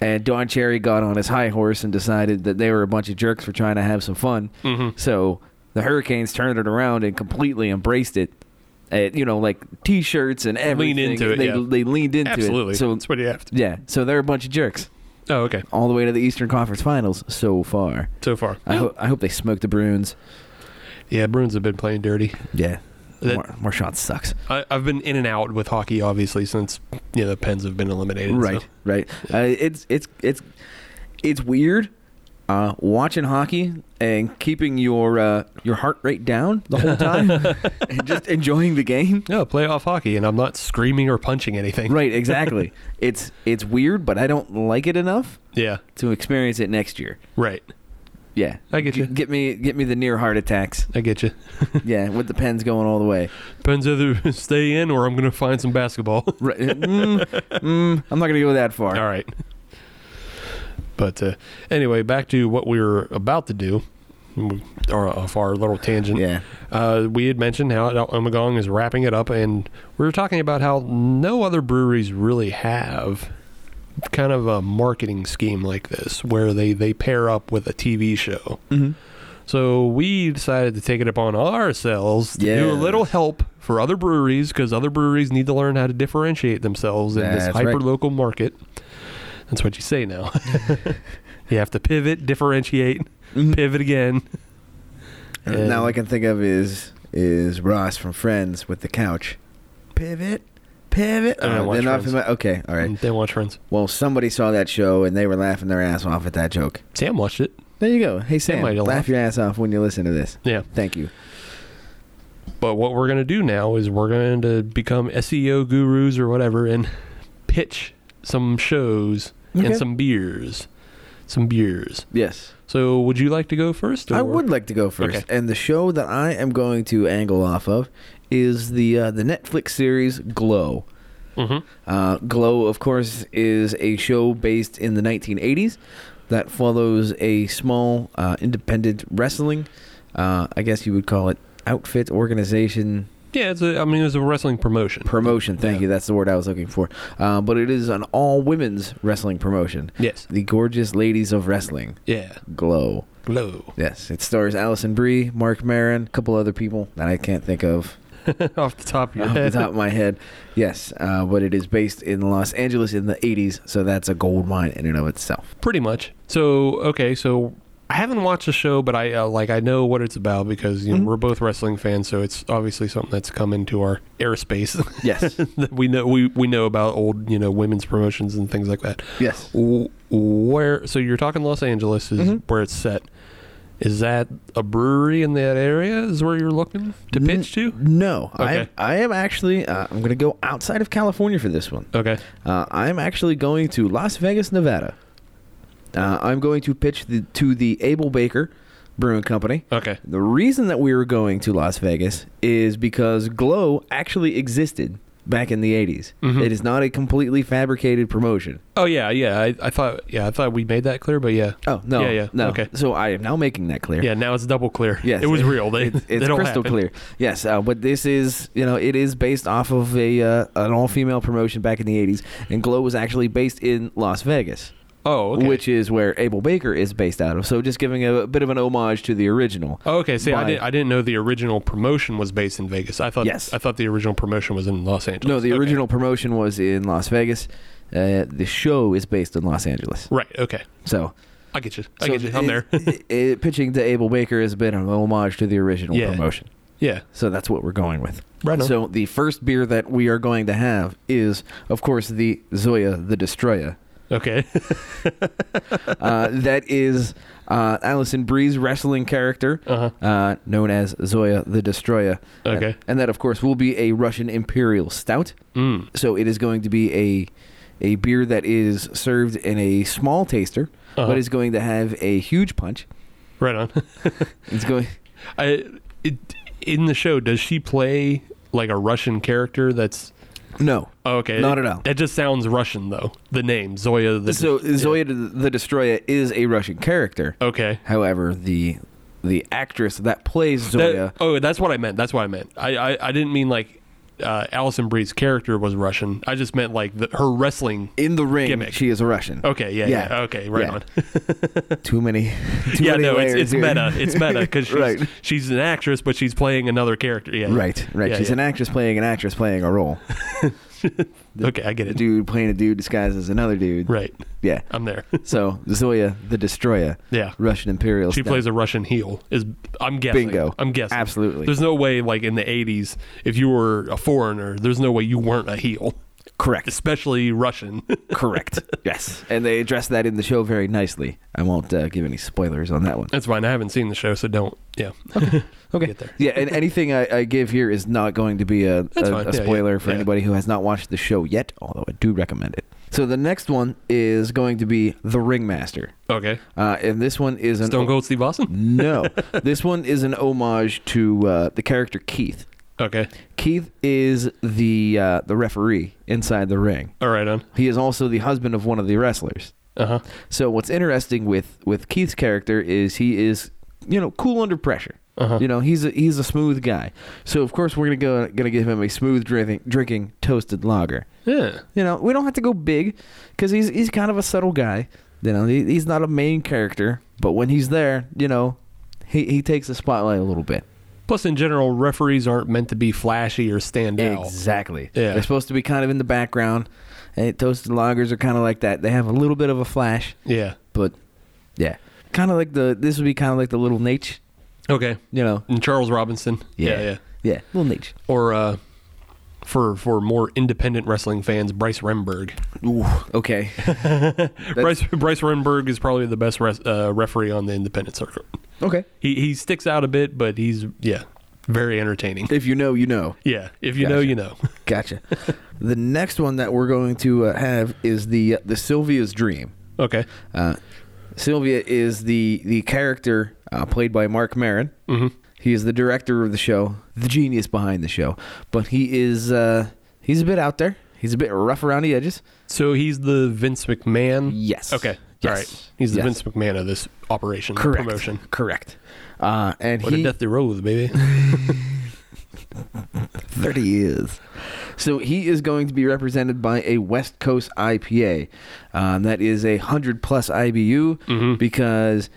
S1: And Don Cherry got on his high horse and decided that they were a bunch of jerks for trying to have some fun.
S5: Mm-hmm.
S1: So the Hurricanes turned it around and completely embraced it. Uh, you know, like T-shirts and everything.
S5: Lean into it,
S1: They,
S5: yeah.
S1: they leaned into
S5: absolutely.
S1: it.
S5: So
S1: So
S5: that's what you have to.
S1: yeah, so they're a bunch of jerks
S5: Oh, okay.
S1: all the way to the Eastern Conference Finals so far.
S5: So far,
S1: I, ho- I hope they smoke the Bruins.
S5: yeah. Bruins have been playing dirty.
S1: Yeah.
S5: That-
S1: Mar- Marchand sucks.
S5: I, I've been in and out with hockey, obviously, since you know the Pens have been eliminated. so-
S1: Right, right. Uh, it's it's it's it's weird uh, watching hockey and keeping your uh, your heart rate down the whole time, and just enjoying the game.
S5: No, playoff hockey, and I'm not screaming or punching anything.
S1: Right, exactly. it's it's weird, but I don't like it enough
S5: Yeah.
S1: to experience it next year.
S5: Right.
S1: Yeah,
S5: I get you.
S1: Get me get me the near heart attacks.
S5: I get you.
S1: Yeah, with the pens going all the way.
S5: Depends either stay in or I'm going to find some basketball.
S1: Right. Mm, mm, I'm not gonna go that far.
S5: All right. But uh, anyway, back to what we were about to do, we- or off our little tangent.
S1: Yeah.
S5: Uh, we had mentioned how Omagong is wrapping it up, and we were talking about how no other breweries really have kind of a marketing scheme like this, where they they pair up with a TV show.
S1: Mhm.
S5: So we decided to take it upon ourselves to do a
S1: Yeah.
S5: little help for other breweries because other breweries need to learn how to differentiate themselves in this
S1: That's right.
S5: hyper local market. That's what you say now. you have to pivot, differentiate,
S1: Mhm.
S5: pivot again. And-
S1: Now all I can think of is is Ross from Friends with the couch. Pivot, pivot.
S5: I don't
S1: Oh,
S5: watch
S1: they're not
S5: Friends. Mm.
S1: familiar- okay, all right.
S5: They watch Friends.
S1: Well, somebody saw that show and they were laughing their ass off at that joke.
S5: Sam watched it.
S1: There you go. Hey Sam,
S5: might
S1: laugh,
S5: have laughed.
S1: your ass off when you listen to this.
S5: Yeah.
S1: Thank you.
S5: But what we're going to do now is we're going to become SEO gurus or whatever and pitch some shows
S1: Okay.
S5: and some beers. Some beers.
S1: Yes,
S5: So would you like to go first?
S1: I
S5: or-
S1: would like to go first.
S5: Okay.
S1: And the show that I am going to angle off of is the uh, the Netflix series Glow.
S5: Mhm.
S1: Uh, Glow, of course, is a show based in the 1980s that follows a small uh, independent wrestling, uh, I guess you would call it outfit organization
S5: Yeah, it's a, I mean, it was a wrestling promotion.
S1: promotion. Thank you. That's the word I was looking for. Uh, but it is an all women's wrestling promotion.
S5: Yes.
S1: The Gorgeous Ladies of Wrestling,
S5: Yeah.
S1: Glow.
S5: Glow.
S1: Yes, it stars Allison Brie, Mark Maron, a couple other people that I can't think of
S5: Off the top of your
S1: off the
S5: head.
S1: top of my head. Yes, uh, but it is based in Los Angeles in the 80s, so that's a gold mine in and of itself.
S5: pretty much so okay so i haven't watched the show but i uh, like i know what it's about because
S1: Mm-hmm.
S5: you know we're both wrestling fans so it's obviously something that's come into our airspace
S1: Yes,
S5: that we know we, we know about old you know women's promotions and things like that
S1: yes. Mm-hmm.
S5: W- where so you're talking los angeles is where it's set is that a brewery in that area is where you're looking to
S1: N-
S5: pitch to
S1: No,
S5: Okay.
S1: I, I am actually, uh, I'm going to go outside of California for this one.
S5: okay
S1: Uh, I'm actually going to Las Vegas, Nevada. Uh, I'm going to pitch the, to the Abel Baker Brewing Company.
S5: okay
S1: The reason that we were going to Las Vegas is because Glow actually existed back in the 80s.
S5: Mhm.
S1: It is not a completely fabricated promotion.
S5: oh yeah yeah I, I thought yeah i thought we made that clear but yeah
S1: Oh, no.
S5: Yeah, yeah,
S1: No.
S5: okay.
S1: So I am now making that clear.
S5: yeah now it's double clear
S1: Yes,
S5: it was
S1: it-
S5: real they,
S1: It's,
S5: they
S1: it's
S5: don't
S1: crystal
S5: happen.
S1: clear. Yes, uh, but this is, you know, it is based off of a uh, an all-female promotion back in the 80s and Glow was actually based in Las Vegas.
S5: oh okay.
S1: which is where Abel Baker is based out of. So just giving a, bit of an homage to the original.
S5: Oh, okay, see, I
S1: by-
S5: didn't, I didn't know the original promotion was based in Vegas. I thought
S1: Yes.
S5: I thought the original promotion was in Los Angeles.
S1: No, the
S5: Okay.
S1: original promotion was in Las Vegas. Uh, the show is based in Los Angeles.
S5: Right. Okay,
S1: So,
S5: I get you. I
S1: so
S5: get you. I'm there.
S1: it- it- it- pitching to Abel Baker has been an homage to the original
S5: Yeah.
S1: promotion.
S5: yeah.
S1: So that's what we're going with.
S5: Right on.
S1: So the first beer that we are going to have is, of course, the Zoya the Destroyer.
S5: Okay.
S1: uh, that is uh, Allison Bree's wrestling character,
S5: Uh-huh.
S1: uh, known as Zoya the Destroyer. Uh,
S5: Okay.
S1: And, and that, of course, will be a Russian Imperial Stout.
S5: Mm.
S1: So it is going to be a a beer that is served in a small taster,
S5: Uh-huh.
S1: but is going to have a huge punch.
S5: Right on.
S1: It's going.
S5: I it, in the show does she play like a Russian character? That's
S1: No.
S5: oh, okay.
S1: Not at all.
S5: That just sounds Russian though. The name Zoya. The,
S1: so
S5: yeah.
S1: Zoya the Destroyer is a Russian character.
S5: Okay.
S1: However, the the actress that plays
S5: That-
S1: Zoya.
S5: oh, that's what I meant. That's what I meant. I I, I didn't mean like. Uh, Allison Bree's character was Russian. I just meant like the, her wrestling.
S1: in the ring,
S5: gimmick.
S1: she is a Russian.
S5: Okay, yeah, yeah,
S1: Yeah.
S5: okay, right
S1: Yeah.
S5: on.
S1: Too many. Too
S5: yeah,
S1: many
S5: no, it's,
S1: layers
S5: it's
S1: here.
S5: meta. It's meta because she's,
S1: Right.
S5: she's an actress, but she's playing another character. Yeah,
S1: Right, right.
S5: Yeah,
S1: She's
S5: yeah.
S1: an actress playing an actress playing a role.
S5: Okay, I get
S1: A
S5: it.
S1: dude playing a dude disguised as another dude.
S5: Right,
S1: Yeah.
S5: I'm there.
S1: So Zoya the Destroyer.
S5: Yeah.
S1: Russian Imperial.
S5: She
S1: stout.
S5: plays a Russian heel. Is I'm guessing.
S1: Bingo.
S5: I'm guessing.
S1: Absolutely.
S5: There's no way, like in the '80s, if you were a foreigner, there's no way you weren't a heel.
S1: Correct.
S5: especially Russian.
S1: Correct. yes. And they address that in the show very nicely. I won't uh, give any spoilers on that one.
S5: That's fine. I haven't seen the show, so don't. Yeah.
S1: Okay.
S5: Get there.
S1: Yeah, and anything I, I give here is not going to be a,
S5: That's
S1: a,
S5: fine.
S1: a
S5: Yeah, yeah.
S1: spoiler for
S5: Yeah.
S1: anybody who has not watched the show yet, although I do recommend it. So the next one is going to be The Ringmaster.
S5: Okay.
S1: Uh, and this one is an
S5: Stone Cold Steve Austin.
S1: No. this one is an homage to uh, the character Keith.
S5: Okay.
S1: Keith is the uh, the referee inside the ring.
S5: All right. On.
S1: He is also the husband of one of the wrestlers.
S5: Uh huh.
S1: So what's interesting with with Keith's character is he is you know cool under pressure.
S5: Uh-huh.
S1: You know he's a, he's a smooth guy. So of course we're gonna go gonna give him a smooth drinking drinking toasted lager.
S5: Yeah.
S1: You know we don't have to go big because he's he's kind of a subtle guy. You know he, he's not a main character, but when he's there, you know he he takes the spotlight a little bit.
S5: Plus, in general, referees aren't meant to be flashy or stand out.
S1: Exactly.
S5: Yeah.
S1: They're supposed to be kind of in the background. And toasted lagers are kind of like that. They have a little bit of a flash,
S5: Yeah.
S1: but yeah, kind of like the this would be kind of like the little niche,
S5: Okay.
S1: you know.
S5: And Charles Robinson. Yeah. Yeah.
S1: Yeah, little niche.
S5: Or uh, for for more independent wrestling fans, Bryce Remberg.
S1: Ooh, okay.
S5: Bryce Bryce Remberg is probably the best res, uh, referee on the independent circuit.
S1: okay.
S5: He he sticks out a bit, but he's yeah, very entertaining.
S1: If you know, you know.
S5: Yeah. If you know,
S1: Gotcha.
S5: you know.
S1: Gotcha. the next one that we're going to uh, have is the the Sylvia's dream.
S5: Okay.
S1: Uh, Sylvia is the the character uh, played by Mark Maron. Mm-hmm. He is the director of the show, the genius behind the show, but he is uh, he's a bit out there. He's a bit rough around the edges.
S5: So he's the Vince McMahon.
S1: Yes.
S5: Okay.
S1: Yes.
S5: All right. He's the
S1: Yes.
S5: Vince McMahon of this operation promotion.
S1: Correct. Uh, and
S5: What
S1: he
S5: a death they roll with, baby.
S1: thirty years. So he is going to be represented by a West Coast IPA. Um, that is a hundred plus IBU
S5: Mm-hmm.
S1: because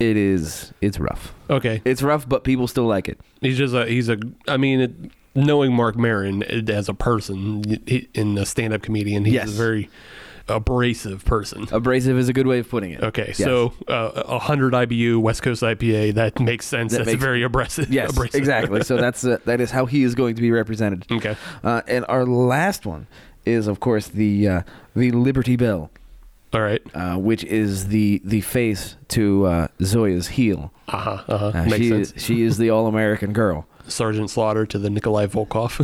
S1: it is it's rough.
S5: Okay.
S1: It's rough, but people still like it.
S5: He's just a he's a I mean it, knowing Mark Maron as a person he- in a stand up comedian he's
S1: Yes.
S5: a very abrasive person.
S1: Abrasive is a good way of putting it.
S5: Okay,
S1: Yes.
S5: so uh, a hundred IBU West Coast IPA that makes sense.
S1: That
S5: That's
S1: makes-
S5: very abrasive.
S1: Yes,
S5: abrasive. Mm.
S1: exactly. So that's uh, that is how he is going to be represented.
S5: Okay.
S1: Uh, and our last one is, of course, the uh, the Liberty Bell,
S5: All right.
S1: uh, which is the the face to uh, Zoya's heel.
S5: Uh huh. Uh-huh.
S1: Uh,
S5: makes
S1: she
S5: sense.
S1: Is, she is the all American girl.
S5: Sergeant Slaughter to the Nikolai Volkov.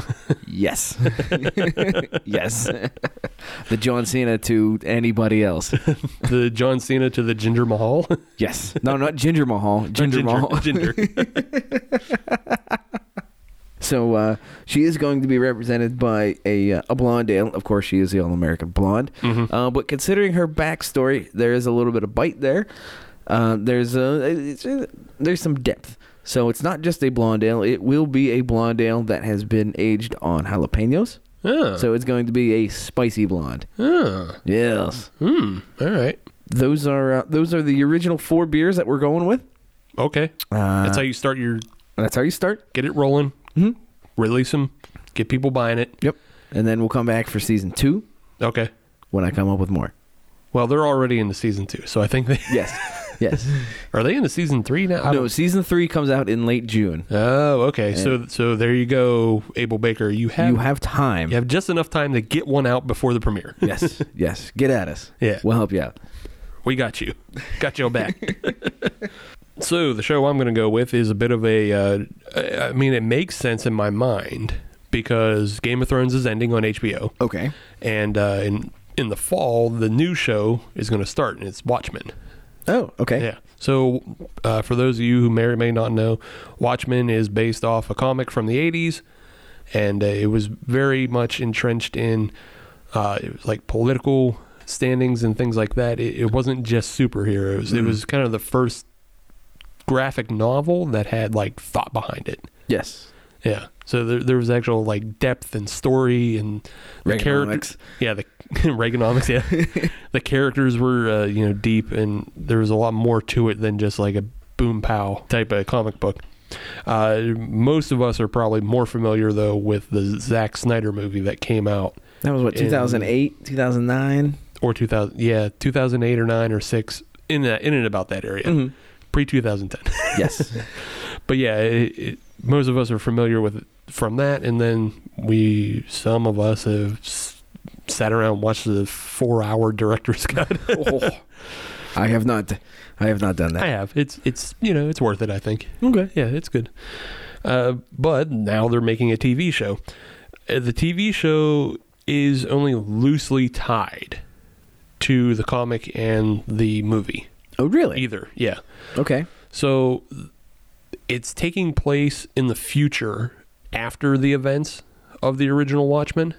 S1: Yes, yes. the John Cena to anybody else.
S5: the John Cena to the Ginger Mahal.
S1: Yes. No, not Ginger Mahal. Ginger, Mahal.
S5: Ginger.
S1: So uh, she is going to be represented by a uh, a blonde ale. Of course, she is the all American blonde.
S5: Mm-hmm.
S1: Uh, but considering her backstory, there is a little bit of bite there. Uh, there's a it's, uh, there's some depth. So it's not just a blonde ale. It will be a blonde ale that has been aged on jalapenos.
S5: Oh.
S1: So it's going to be a spicy blonde.
S5: Oh.
S1: Yes.
S5: Hmm. All right.
S1: Those are uh, those are the original four beers that we're going with.
S5: Okay.
S1: Uh,
S5: That's how you Mm-hmm. start your
S1: That's how you start.
S5: get it rolling.
S1: Mhm.
S5: Release them. Get people buying it.
S1: Yep. And then we'll come back for season two
S5: Okay.
S1: when I come up with more.
S5: Well, they're already into season two, so I think they
S1: Yes. Yes.
S5: are they into season three now. I
S1: no,
S5: don't-
S1: season three comes out in late June.
S5: Oh, okay. So so there you go, Abel Baker. You have
S1: You have time.
S5: you have just enough time to get one out before the premiere.
S1: yes. Yes. Get at us.
S5: Yeah.
S1: We'll help you out.
S5: We got you. Got your back. so the show I'm going to go with is a bit of a. Uh, I I mean, it makes sense in my mind because Game of Thrones is ending on HBO,
S1: Oh.
S6: Okay.
S5: and uh, in in the fall the new show is going to start, and it's Watchmen.
S1: Oh, okay.
S5: Yeah. So, uh, for those of you who may or may not know, Watchmen is based off a comic from the 80s, and uh, it was very much entrenched in uh, it was like political standings and things like that. It, it wasn't just superheroes, it was kind of the first graphic novel that had like thought behind it.
S1: Yes.
S5: Yeah. So there, there was actual like depth and story and the
S1: Reaganomics.
S5: characters. Yeah, the Reaganomics. Yeah, the characters were uh, you know deep and there was a lot more to it than just like a boom pow type of comic book. Uh, most of us are probably more familiar though with the Zack Snyder movie that came out
S1: That was what,
S5: In-
S1: 2008, 2009?
S5: or 2000 yeah 2008 or 9 or 6 in that, in and about that area
S1: Mm-hmm.
S5: pre 2010
S1: Yes.
S5: but yeah, it, it, most of us are familiar with it from that, and then we, some of us have s- sat around and watched the four hour director's cut.
S1: Oh. I have not. I have not done
S5: I
S1: that.
S5: have. It's it's you know it's worth it. I think. Okay. Yeah, it's good. Uh, but now they're making a TV show. Uh, the TV show is only loosely tied to the comic and the movie.
S1: Oh, really?
S5: Either. Yeah.
S1: Okay.
S5: So it's taking place in the future after the events of the original Watchmen.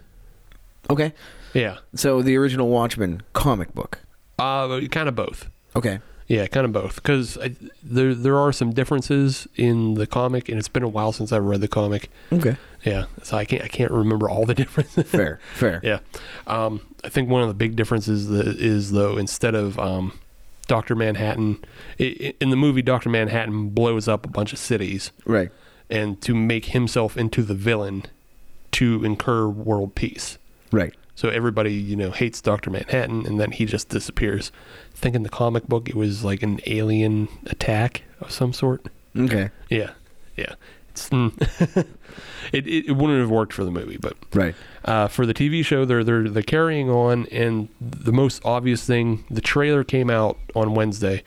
S1: Okay.
S5: Yeah.
S1: So the original Watchmen comic book.
S5: Uh, kind of both.
S1: Okay.
S5: Yeah, kind of both, because there there are some differences in the comic, and it's been a while since I read the comic.
S1: Okay.
S5: Yeah, so I can't I can't remember all the differences.
S1: Fair. Fair.
S5: yeah, um, I think one of the big differences that is though instead of um, Doctor Manhattan i i- in the movie, Doctor Manhattan blows up a bunch of cities,
S1: Right.
S5: and to make himself into the villain to incur world peace.
S1: Right.
S5: So everybody, you know, hates Doctor Manhattan, and then he just disappears. I think in the comic book it was like an alien attack of some sort.
S1: Okay.
S5: Yeah, yeah. It's mm. it, it it wouldn't have worked for the movie, but
S1: Right.
S5: uh, for the TV show, they're they're they're carrying on, and the most obvious thing, the trailer came out on Wednesday,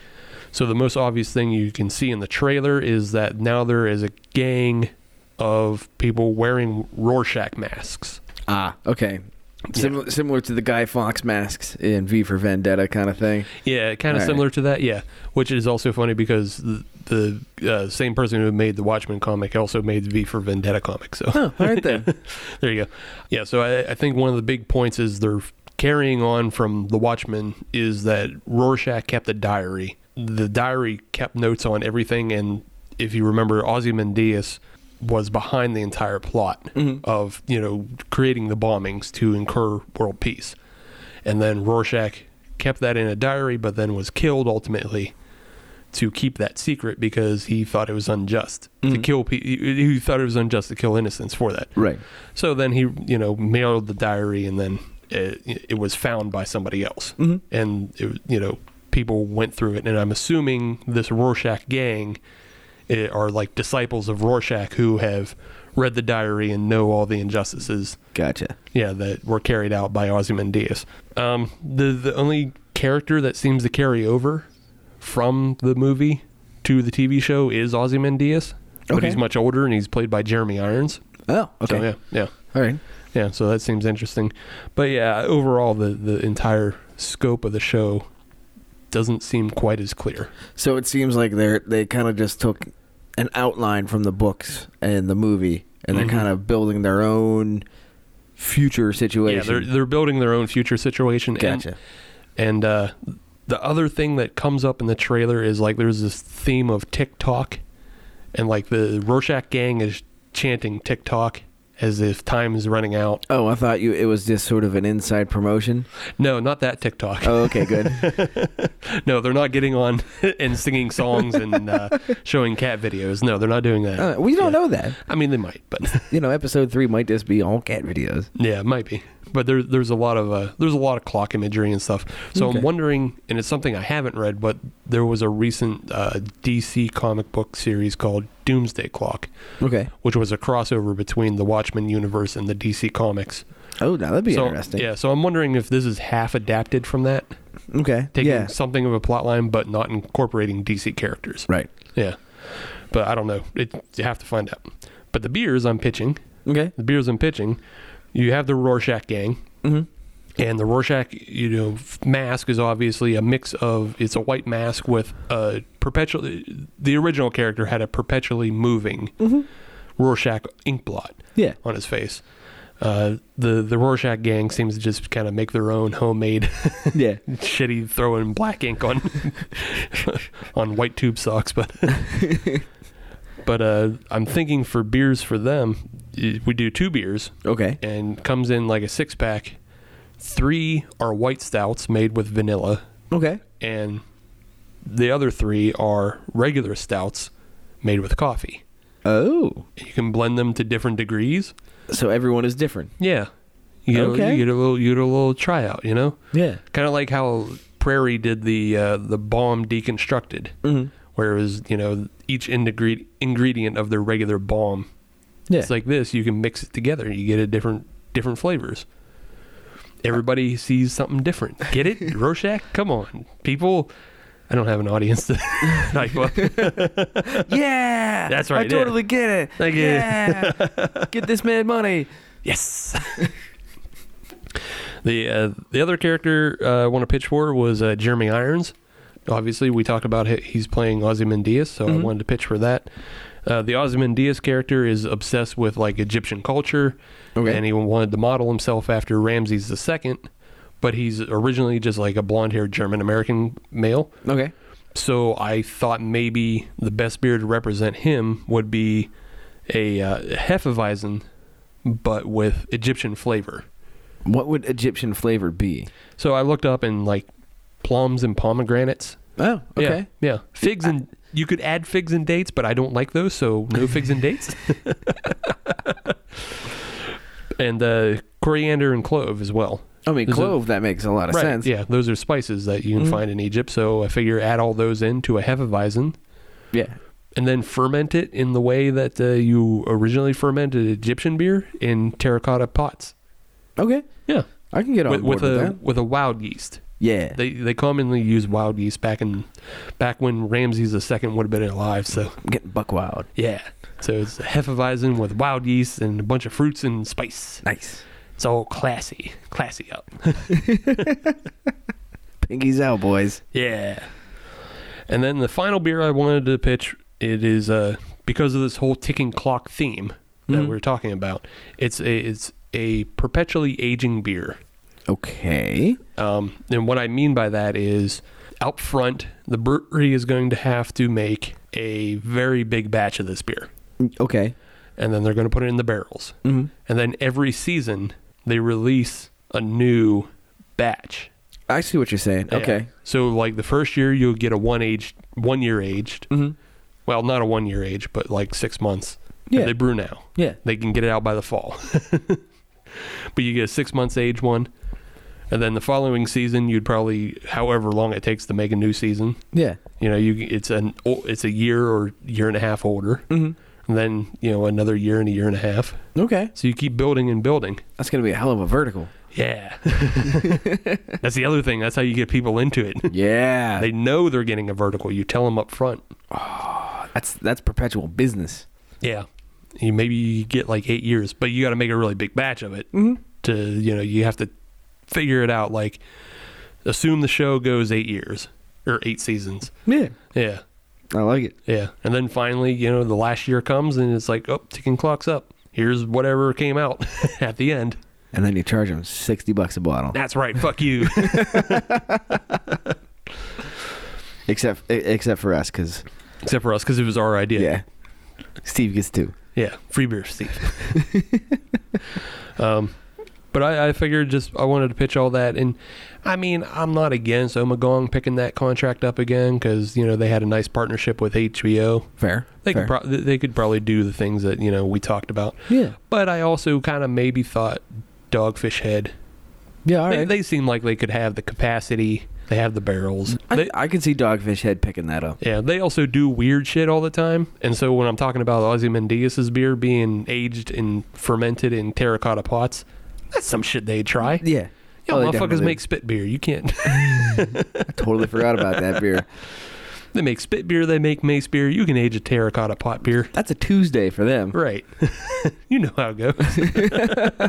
S5: so the most obvious thing you can see in the trailer is that now there is a gang of people wearing Rorschach masks.
S1: Ah. Okay. Similar, similar to the Guy Fox masks in V for Vendetta kind of thing.
S5: Yeah, kind of
S1: Right.
S5: similar to that. Yeah, which is also funny because the, the uh, same person who made the Watchmen comic also made the V for Vendetta comic. So
S1: All right then.
S5: there you go. Yeah, so I, I think one of the big points is they're carrying on from the Watchmen is that Rorschach kept a diary. The diary kept notes on everything, and if you remember, Ozymandias was behind the entire plot of you know creating the bombings to incur world peace, and then Rorschach kept that in a diary, but then was killed ultimately to keep that secret because he thought it was unjust to kill people. He he thought it was unjust to kill innocents for that.
S1: Right.
S5: So then he, you know, mailed the diary, and then it, it was found by somebody else, mm-hmm. and it, you know, people went through it. And I'm assuming this Rorschach gang eh, are like disciples of Rorschach who have read the diary and know all the injustices
S1: Gotcha.
S5: yeah, that were carried out by Ozymandias. Um, the the only character that seems to carry over from the movie to the TV show is Ozymandias, but
S1: Okay.
S5: he's much older and he's played by Jeremy Irons.
S1: Oh. Okay.
S5: So yeah, yeah,
S1: All right.
S5: yeah. So that seems interesting, but yeah, overall the the entire scope of the show doesn't seem quite as clear.
S1: So it seems like they're they kind of just took an outline from the books and the movie, and they're kind of building their own future situation.
S5: Mm-hmm. Yeah, they're they're building their own future situation. and-
S1: gotcha.
S5: And uh, the other thing that comes up in the trailer is like there's this theme of TikTok, and like the Rorschach gang is chanting TikTok as if time is running out.
S1: Oh, I thought you it was just sort of an inside promotion.
S5: No, not that TikTok.
S1: Oh, okay, good.
S5: No, they're not getting on and singing songs and uh, showing cat videos. No, they're not doing that.
S1: Uh, we don't know that.
S5: I mean, they might, but
S1: You know, episode three might just be all cat videos.
S5: Yeah, it might be. But there, there's a lot of uh, there's a lot of clock imagery and stuff. So I'm wondering, and it's something I haven't read, but there was a recent uh, DC comic book series called Doomsday Clock,
S1: Okay.
S5: which was a crossover between the Watchmen universe and the DC comics.
S1: Oh, now that'd be
S5: so,
S1: interesting.
S5: Yeah, so I'm wondering if this is half adapted from that,
S1: Okay.
S5: taking
S1: yeah.
S5: something of a plot line but not incorporating DC characters.
S1: Right.
S5: Yeah, but I don't know. It, you have to find out. But the beers I'm pitching
S1: Okay.
S5: the beers and pitching, you have the Rorschach gang.
S1: Mm-hmm.
S5: And the Rorschach, you know, f- mask is obviously a mix of it's a white mask with a perpetually. The original character had a perpetually moving Rorschach ink blot
S1: Mm-hmm. Yeah.
S5: on his face. Uh, the the Rorschach gang seems to just kind of make their own homemade
S1: Yeah.
S5: shitty throwing black ink on on white tube socks, but but uh, I'm thinking for beers for them, y- we do two beers
S1: Okay.
S5: and comes in like a six pack. Three are white stouts made with vanilla,
S1: Okay.
S5: and the other three are regular stouts made with coffee.
S1: Oh.
S5: You can blend them to different degrees.
S1: So everyone is different.
S5: Yeah, you know,
S1: Okay.
S5: you get a little you get a little tryout, you know.
S1: Yeah.
S5: kind of like how Prairie did the uh, the bomb deconstructed, where it was you know each ingre- ingredient of their regular bomb.
S1: Yeah.
S5: It's like this: you can mix it together, you get a different different flavors. Everybody sees something different. Get it, Rorschach? Come on, people. I don't have an audience to knife up.
S1: Yeah,
S5: That's right,
S1: I
S5: yeah.
S1: totally get it.
S5: Like, uh,
S1: yeah, get this man money.
S5: Yes. the uh, the other character uh, I want to pitch for was uh, Jeremy Irons. Obviously, we talked about he- he's playing Ozymandias, so I wanted to pitch for that. Uh, the Ozymandias character is obsessed with like Egyptian culture,
S1: Okay.
S5: and he wanted to model himself after Ramses II, but he's originally just like a blonde-haired German American male.
S1: Okay,
S5: So I thought maybe the best beer to represent him would be a uh, Hefeweizen, but with Egyptian flavor.
S1: what would Egyptian flavor be?
S5: So I looked up and like plums and pomegranates.
S1: Oh,
S5: Yeah,
S1: okay.
S5: Yeah. Figs and you could add figs and dates, but I don't like those, so no figs and dates. and uh, coriander and clove as well.
S1: I mean,
S5: Is it-
S1: clove. that makes a lot of sense. Mm-hmm.
S5: Yeah, those are spices that you can find in Egypt. So I figure add all those into a Hefeweizen.
S1: yeah.
S5: and then ferment it in the way that uh, you originally fermented Egyptian beer in terracotta pots.
S1: Okay,
S5: Yeah,
S1: I can get on
S5: with,
S1: board
S5: with
S1: with,
S5: a
S1: that.
S5: with a wild yeast.
S1: Yeah,
S5: They they commonly use wild yeast back in back when Ramses II would have been alive. So
S1: I'm getting buck wild.
S5: yeah, so it's hefeweizen with wild yeast and a bunch of fruits and spice.
S1: Nice.
S5: It's all classy, classy up.
S1: Pinkies out, boys.
S5: Yeah. And then the final beer I wanted to pitch it is uh because of this whole ticking clock theme that we're talking about. It's a it's a perpetually aging beer.
S1: Okay.
S5: Um, and what I mean by that is out front the brewery is going to have to make a very big batch of this beer
S1: Okay.
S5: and then they're going to put it in the barrels. Mm-hmm. And then every season they release a new batch.
S1: I see what you're saying.
S5: Yeah.
S1: Okay.
S5: So like the first year you'll get a one aged one year aged. Mm-hmm. Well, not a one year age, but like six months. If
S1: Yeah.
S5: They brew now.
S1: Yeah.
S5: They can get it out by the fall. but you get a six months age one. And then the following season you'd probably however long it takes to make a new season.
S1: Yeah.
S5: You know, you it's an o- it's a year or year and a half older. Mm-hmm. And then, you know, another year and a year and a half.
S1: Okay.
S5: So you keep building and building.
S1: That's gonna be a hell of a vertical.
S5: Yeah. That's the other thing. That's how you get people into it.
S1: Yeah.
S5: They know they're getting a vertical. You tell them up front.
S1: that's that's perpetual business.
S5: Yeah. You maybe you get like eight years, but you got to make a really big batch of it. Mm-hmm. To you know, you have to figure it out. Like, assume the show goes eight years or eight seasons.
S1: Yeah.
S5: Yeah,
S1: I like it.
S5: yeah. And then finally, you know, the last year comes and it's like, oh, ticking clocks up. Here's whatever came out at the end.
S1: And then you charge them sixty bucks a bottle.
S5: That's right. Fuck you.
S6: Except e- except for us, because
S5: Except for us, because it was our idea.
S6: yeah. Steve gets two.
S5: Yeah, free beer, Steve. um, but I, I figured just I wanted to pitch all that, and I mean I'm not against Omagong picking that contract up again because you know they had a nice partnership with HBO.
S1: Fair.
S5: They
S1: fair.
S5: could pro- they could probably do the things that you know we talked about.
S1: Yeah.
S5: But I also kind of maybe thought Dogfish Head.
S1: Yeah. All
S5: They,
S1: right.
S5: they seem like they could have the capacity. They have the barrels. They-
S1: I, I can see Dogfish Head picking that up.
S5: yeah, they also do weird shit all the time. And so when I'm talking about Ozymandias' beer being aged and fermented in terracotta pots, that's some shit they try.
S1: Yeah.
S5: Yeah,
S1: Oh, they
S5: motherfuckers
S1: definitely-
S5: make spit beer. You can't.
S6: I totally forgot about that beer.
S5: they make spit beer. They make mace beer. You can age a terracotta pot beer.
S1: That's a Tuesday for them.
S5: Right. you know how it goes.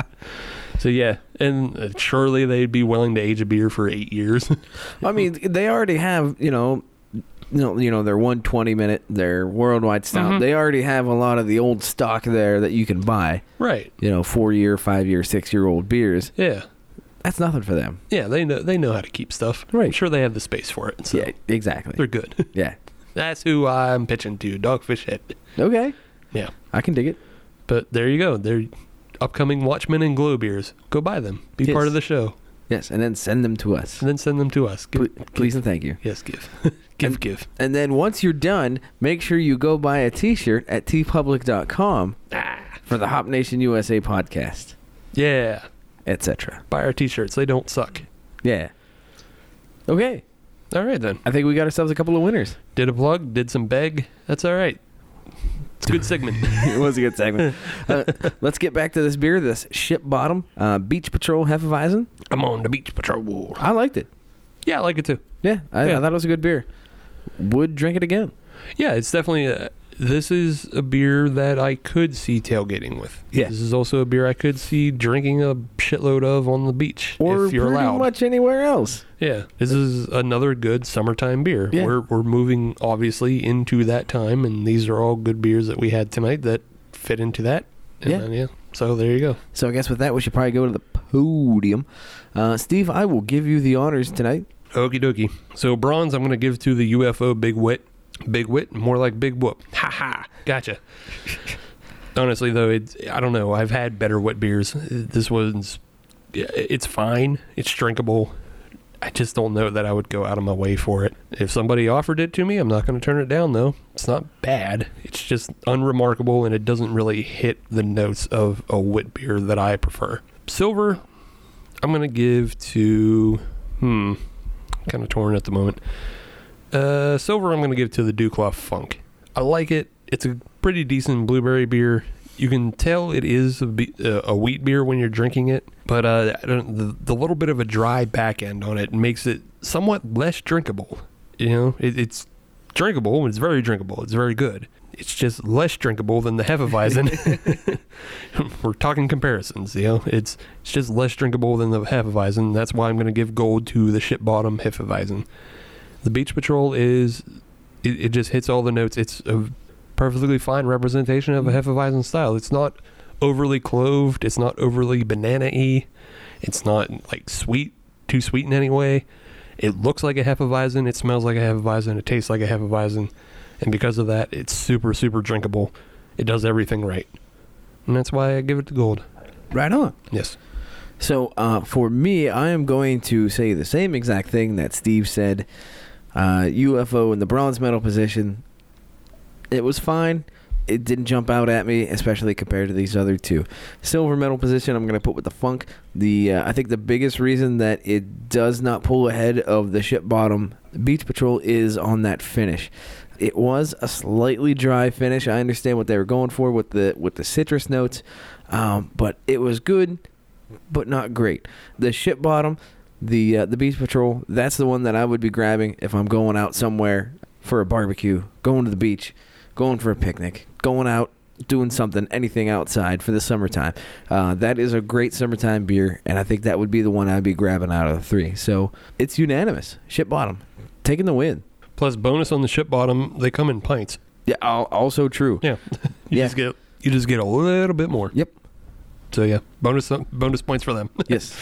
S5: so yeah, and uh, surely they'd be willing to age a beer for eight years.
S1: I mean, they already have you know, you know, you know their one twenty minute, their worldwide style.
S5: Mm-hmm.
S1: They already have a lot of the old stock there that you can buy.
S5: right.
S1: You know, four year, five year, six year old beers.
S5: Yeah.
S1: That's nothing for them.
S5: Yeah. They know. They know how to keep stuff. I'm
S1: Right.
S5: sure they have the space for it. So
S1: Yeah. Exactly.
S5: they're good.
S1: Yeah.
S5: That's who I'm pitching to, Dogfish Head.
S1: Okay.
S5: Yeah.
S1: I can dig it.
S5: But there you go. They're upcoming Watchmen and Glow beers. Go buy them. Be
S1: Yes.
S5: part of the show.
S1: Yes, and then send them to us.
S5: And then send them to us. Give,
S1: Pl- Please and thank you.
S5: Yes, give. give,
S1: And-
S5: give.
S1: And then once you're done, make sure you go buy a t-shirt at tpublic.com
S5: Ah.
S1: for the Hop Nation USA podcast,
S5: Yeah.
S1: etc.
S5: Buy our t shirts. They don't suck.
S1: Yeah. Okay.
S5: All right, then.
S1: I think we got ourselves a couple of winners.
S5: Did a plug, did some beg. That's all right. It's It's a good segment.
S1: it was a good segment. Uh, let's get back to this beer, this ship bottom uh, Beach Patrol Hefeweizen.
S5: I'm on the beach patrol.
S1: I liked it.
S5: Yeah, I like it too.
S1: Yeah, I, I
S5: Yeah.
S1: thought it was a good beer. Would drink it again.
S5: Yeah, it's definitely. A, this is a beer that I could see tailgating with.
S1: Yeah.
S5: This is also a beer I could see drinking a shitload of on the beach
S1: Or
S5: if you're
S1: pretty
S5: allowed.
S1: much anywhere else.
S5: Yeah, this is another good summertime beer.
S1: Yeah.
S5: We're we're moving obviously into that time, and these are all good beers that we had tonight that fit into that. And
S1: Yeah.
S5: then, yeah. So there you go.
S1: So I guess with that, we should probably go to the podium. Uh, Steve, I will give you the honors tonight.
S5: Okie dokie. So bronze, I'm going to give to the UFO Big Wit. Big Wit, more like Big Whoop. Ha ha. Gotcha. Honestly, though, it's, I don't know. I've had better wet beers. This one's, yeah, it's fine. It's drinkable. I just don't know that I would go out of my way for it. If somebody offered it to me, I'm not going to turn it down, though. It's not bad. It's just unremarkable, and it doesn't really hit the notes of a wit beer that I prefer. Silver, I'm going to give to, hmm, kind of torn at the moment. Uh, silver, I'm going to give to the Duclaw Funk. I like it. It's a pretty decent blueberry beer. You can tell it is a, be- uh, a wheat beer when you're drinking it, but uh, I don't, the, the little bit of a dry back end on it makes it somewhat less drinkable. You know, it, it's drinkable. It's very drinkable. It's very good. It's just less drinkable than the Hefeweizen. We're talking comparisons, you know. It's it's just less drinkable than the Hefeweizen. That's why I'm going to give gold to the ship bottom Hefeweizen. The Beach Patrol is it, it just hits all the notes. It's a perfectly fine representation of a Hefeweizen style. It's not overly cloved. It's not overly banana-y. It's not like sweet, too sweet in any way. It looks like a Hefeweizen. It smells like a Hefeweizen. It tastes like a Hefeweizen. And because of that, it's super, super drinkable. It does everything right. And that's why I give it the gold.
S1: Right on.
S5: Yes.
S1: So uh, for me, I am going to say the same exact thing that Steve said. Uh, UFO in the bronze medal position. It was fine. It didn't jump out at me, especially compared to these other two. Silver medal position, I'm going to put with the funk. The uh, I think the biggest reason that it does not pull ahead of the ship bottom beach patrol is on that finish. It was a slightly dry finish. I understand what they were going for with the with the citrus notes, um, but it was good but not great. The ship bottom, the uh, the beach patrol. That's the one that I would be grabbing if I'm going out somewhere for a barbecue, going to the beach, going for a picnic, going out doing something, anything outside for the summertime. Uh, that is a great summertime beer, and I think that would be the one I'd be grabbing out of the three. So it's unanimous. Ship bottom, taking the win.
S5: Plus, bonus on the ship bottom, they come in pints.
S1: Yeah, al- also true.
S5: Yeah. you
S1: Yeah.
S5: Just get, you just get a little bit more.
S1: Yep.
S5: So, yeah, bonus, bonus points for them.
S1: Yes.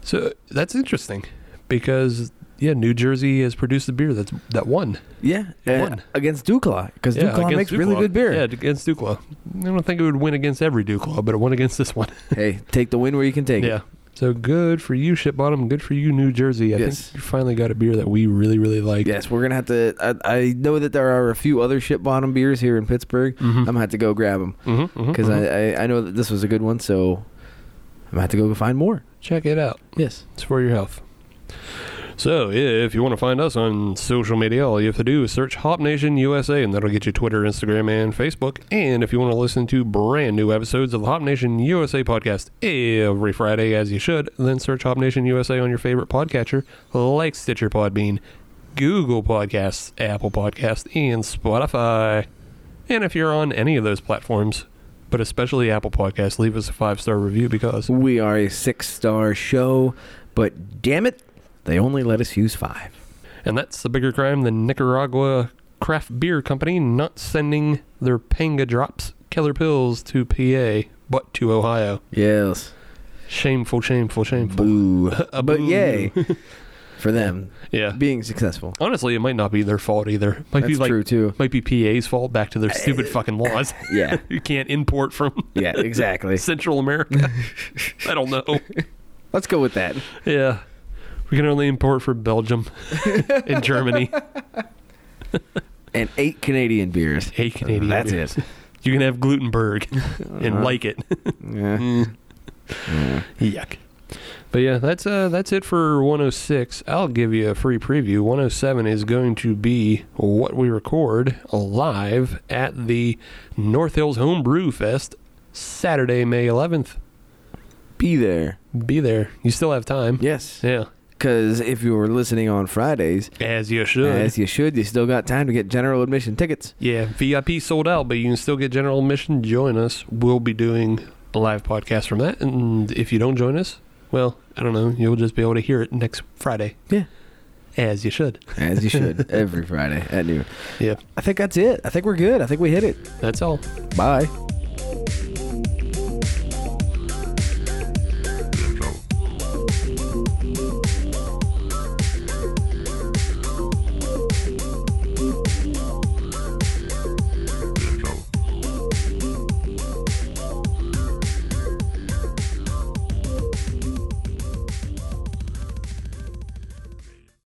S5: so, that's interesting because, yeah, New Jersey has produced a beer that's that won.
S1: Yeah. Uh,
S5: Won.
S1: against Duclaw, because
S5: Yeah,
S1: Duclaw
S5: against
S1: makes really
S5: Duclaw.
S1: good beer.
S5: Yeah, against Duclaw. I don't think it would win against every Duclaw, but it won against this one.
S1: Hey, take the win where you can take it.
S5: Yeah. So good for you, ship bottom. Good for you, New Jersey. I
S1: Yes.
S5: think you finally got a beer that we really, really like.
S1: Yes, we're gonna have to. I, I know that there are a few other ship bottom beers here in Pittsburgh. I'm gonna have to go grab them
S5: Mm-hmm,
S1: because I, I I know that this was a good one, so I'm gonna have to go find more.
S5: check it out.
S1: Yes,
S5: It's for your health. So if you want to find us on social media, all you have to do is search Hop Nation USA, and that'll get you Twitter, Instagram, and Facebook. And if you want to listen to brand new episodes of the Hop Nation USA podcast every Friday, as you should, then search Hop Nation USA on your favorite podcatcher, like Stitcher, Podbean, Google Podcasts, Apple Podcasts, and Spotify. And if you're on any of those platforms, but especially Apple Podcasts, leave us a five star review because
S1: we are a six star show, but damn it, they only let us use five.
S5: And that's a bigger crime than Nicaragua Craft Beer Company not sending their Panga Drops killer pills to PA, but to Ohio.
S1: Yes,
S5: Shameful, shameful, shameful.
S1: boo.
S5: A
S1: but
S5: boo.
S1: yay for them
S5: Yeah.
S1: being successful.
S5: Honestly, it might not be their fault either. Might be
S1: That's
S5: like
S1: true too.
S5: might be PA's fault back to their stupid fucking laws.
S1: Yeah.
S5: you can't import from
S1: Yeah, exactly.
S5: Central America. I don't know.
S1: Let's go with that.
S5: Yeah. We can only import from Belgium and Germany.
S1: And eight Canadian beers.
S5: Hey Canadian.
S1: That's
S5: beers.
S1: it.
S5: You can have
S1: Uh-huh.
S5: Glutenberg and like it.
S1: Yeah.
S5: Yuck. But yeah, that's uh that's it for 106. I'll give you a free preview. 107 is going to be what we record live at the North Hills Homebrew Fest Saturday, May 11th.
S1: Be there.
S5: Be there. You still have time.
S1: Yes.
S5: Yeah.
S1: Because if you were listening on Fridays,
S5: As you should.
S1: as you should, you still got time to get general admission tickets.
S5: yeah, VIP sold out, but you can still get general admission. Join us. We'll be doing a live podcast from that. And if you don't join us, well, I don't know. You'll just be able to hear it next Friday.
S1: Yeah.
S5: As you should.
S1: As you should every Friday at noon.
S5: Yeah.
S1: I think that's it. I think we're good. I think we hit it.
S5: That's all.
S1: Bye.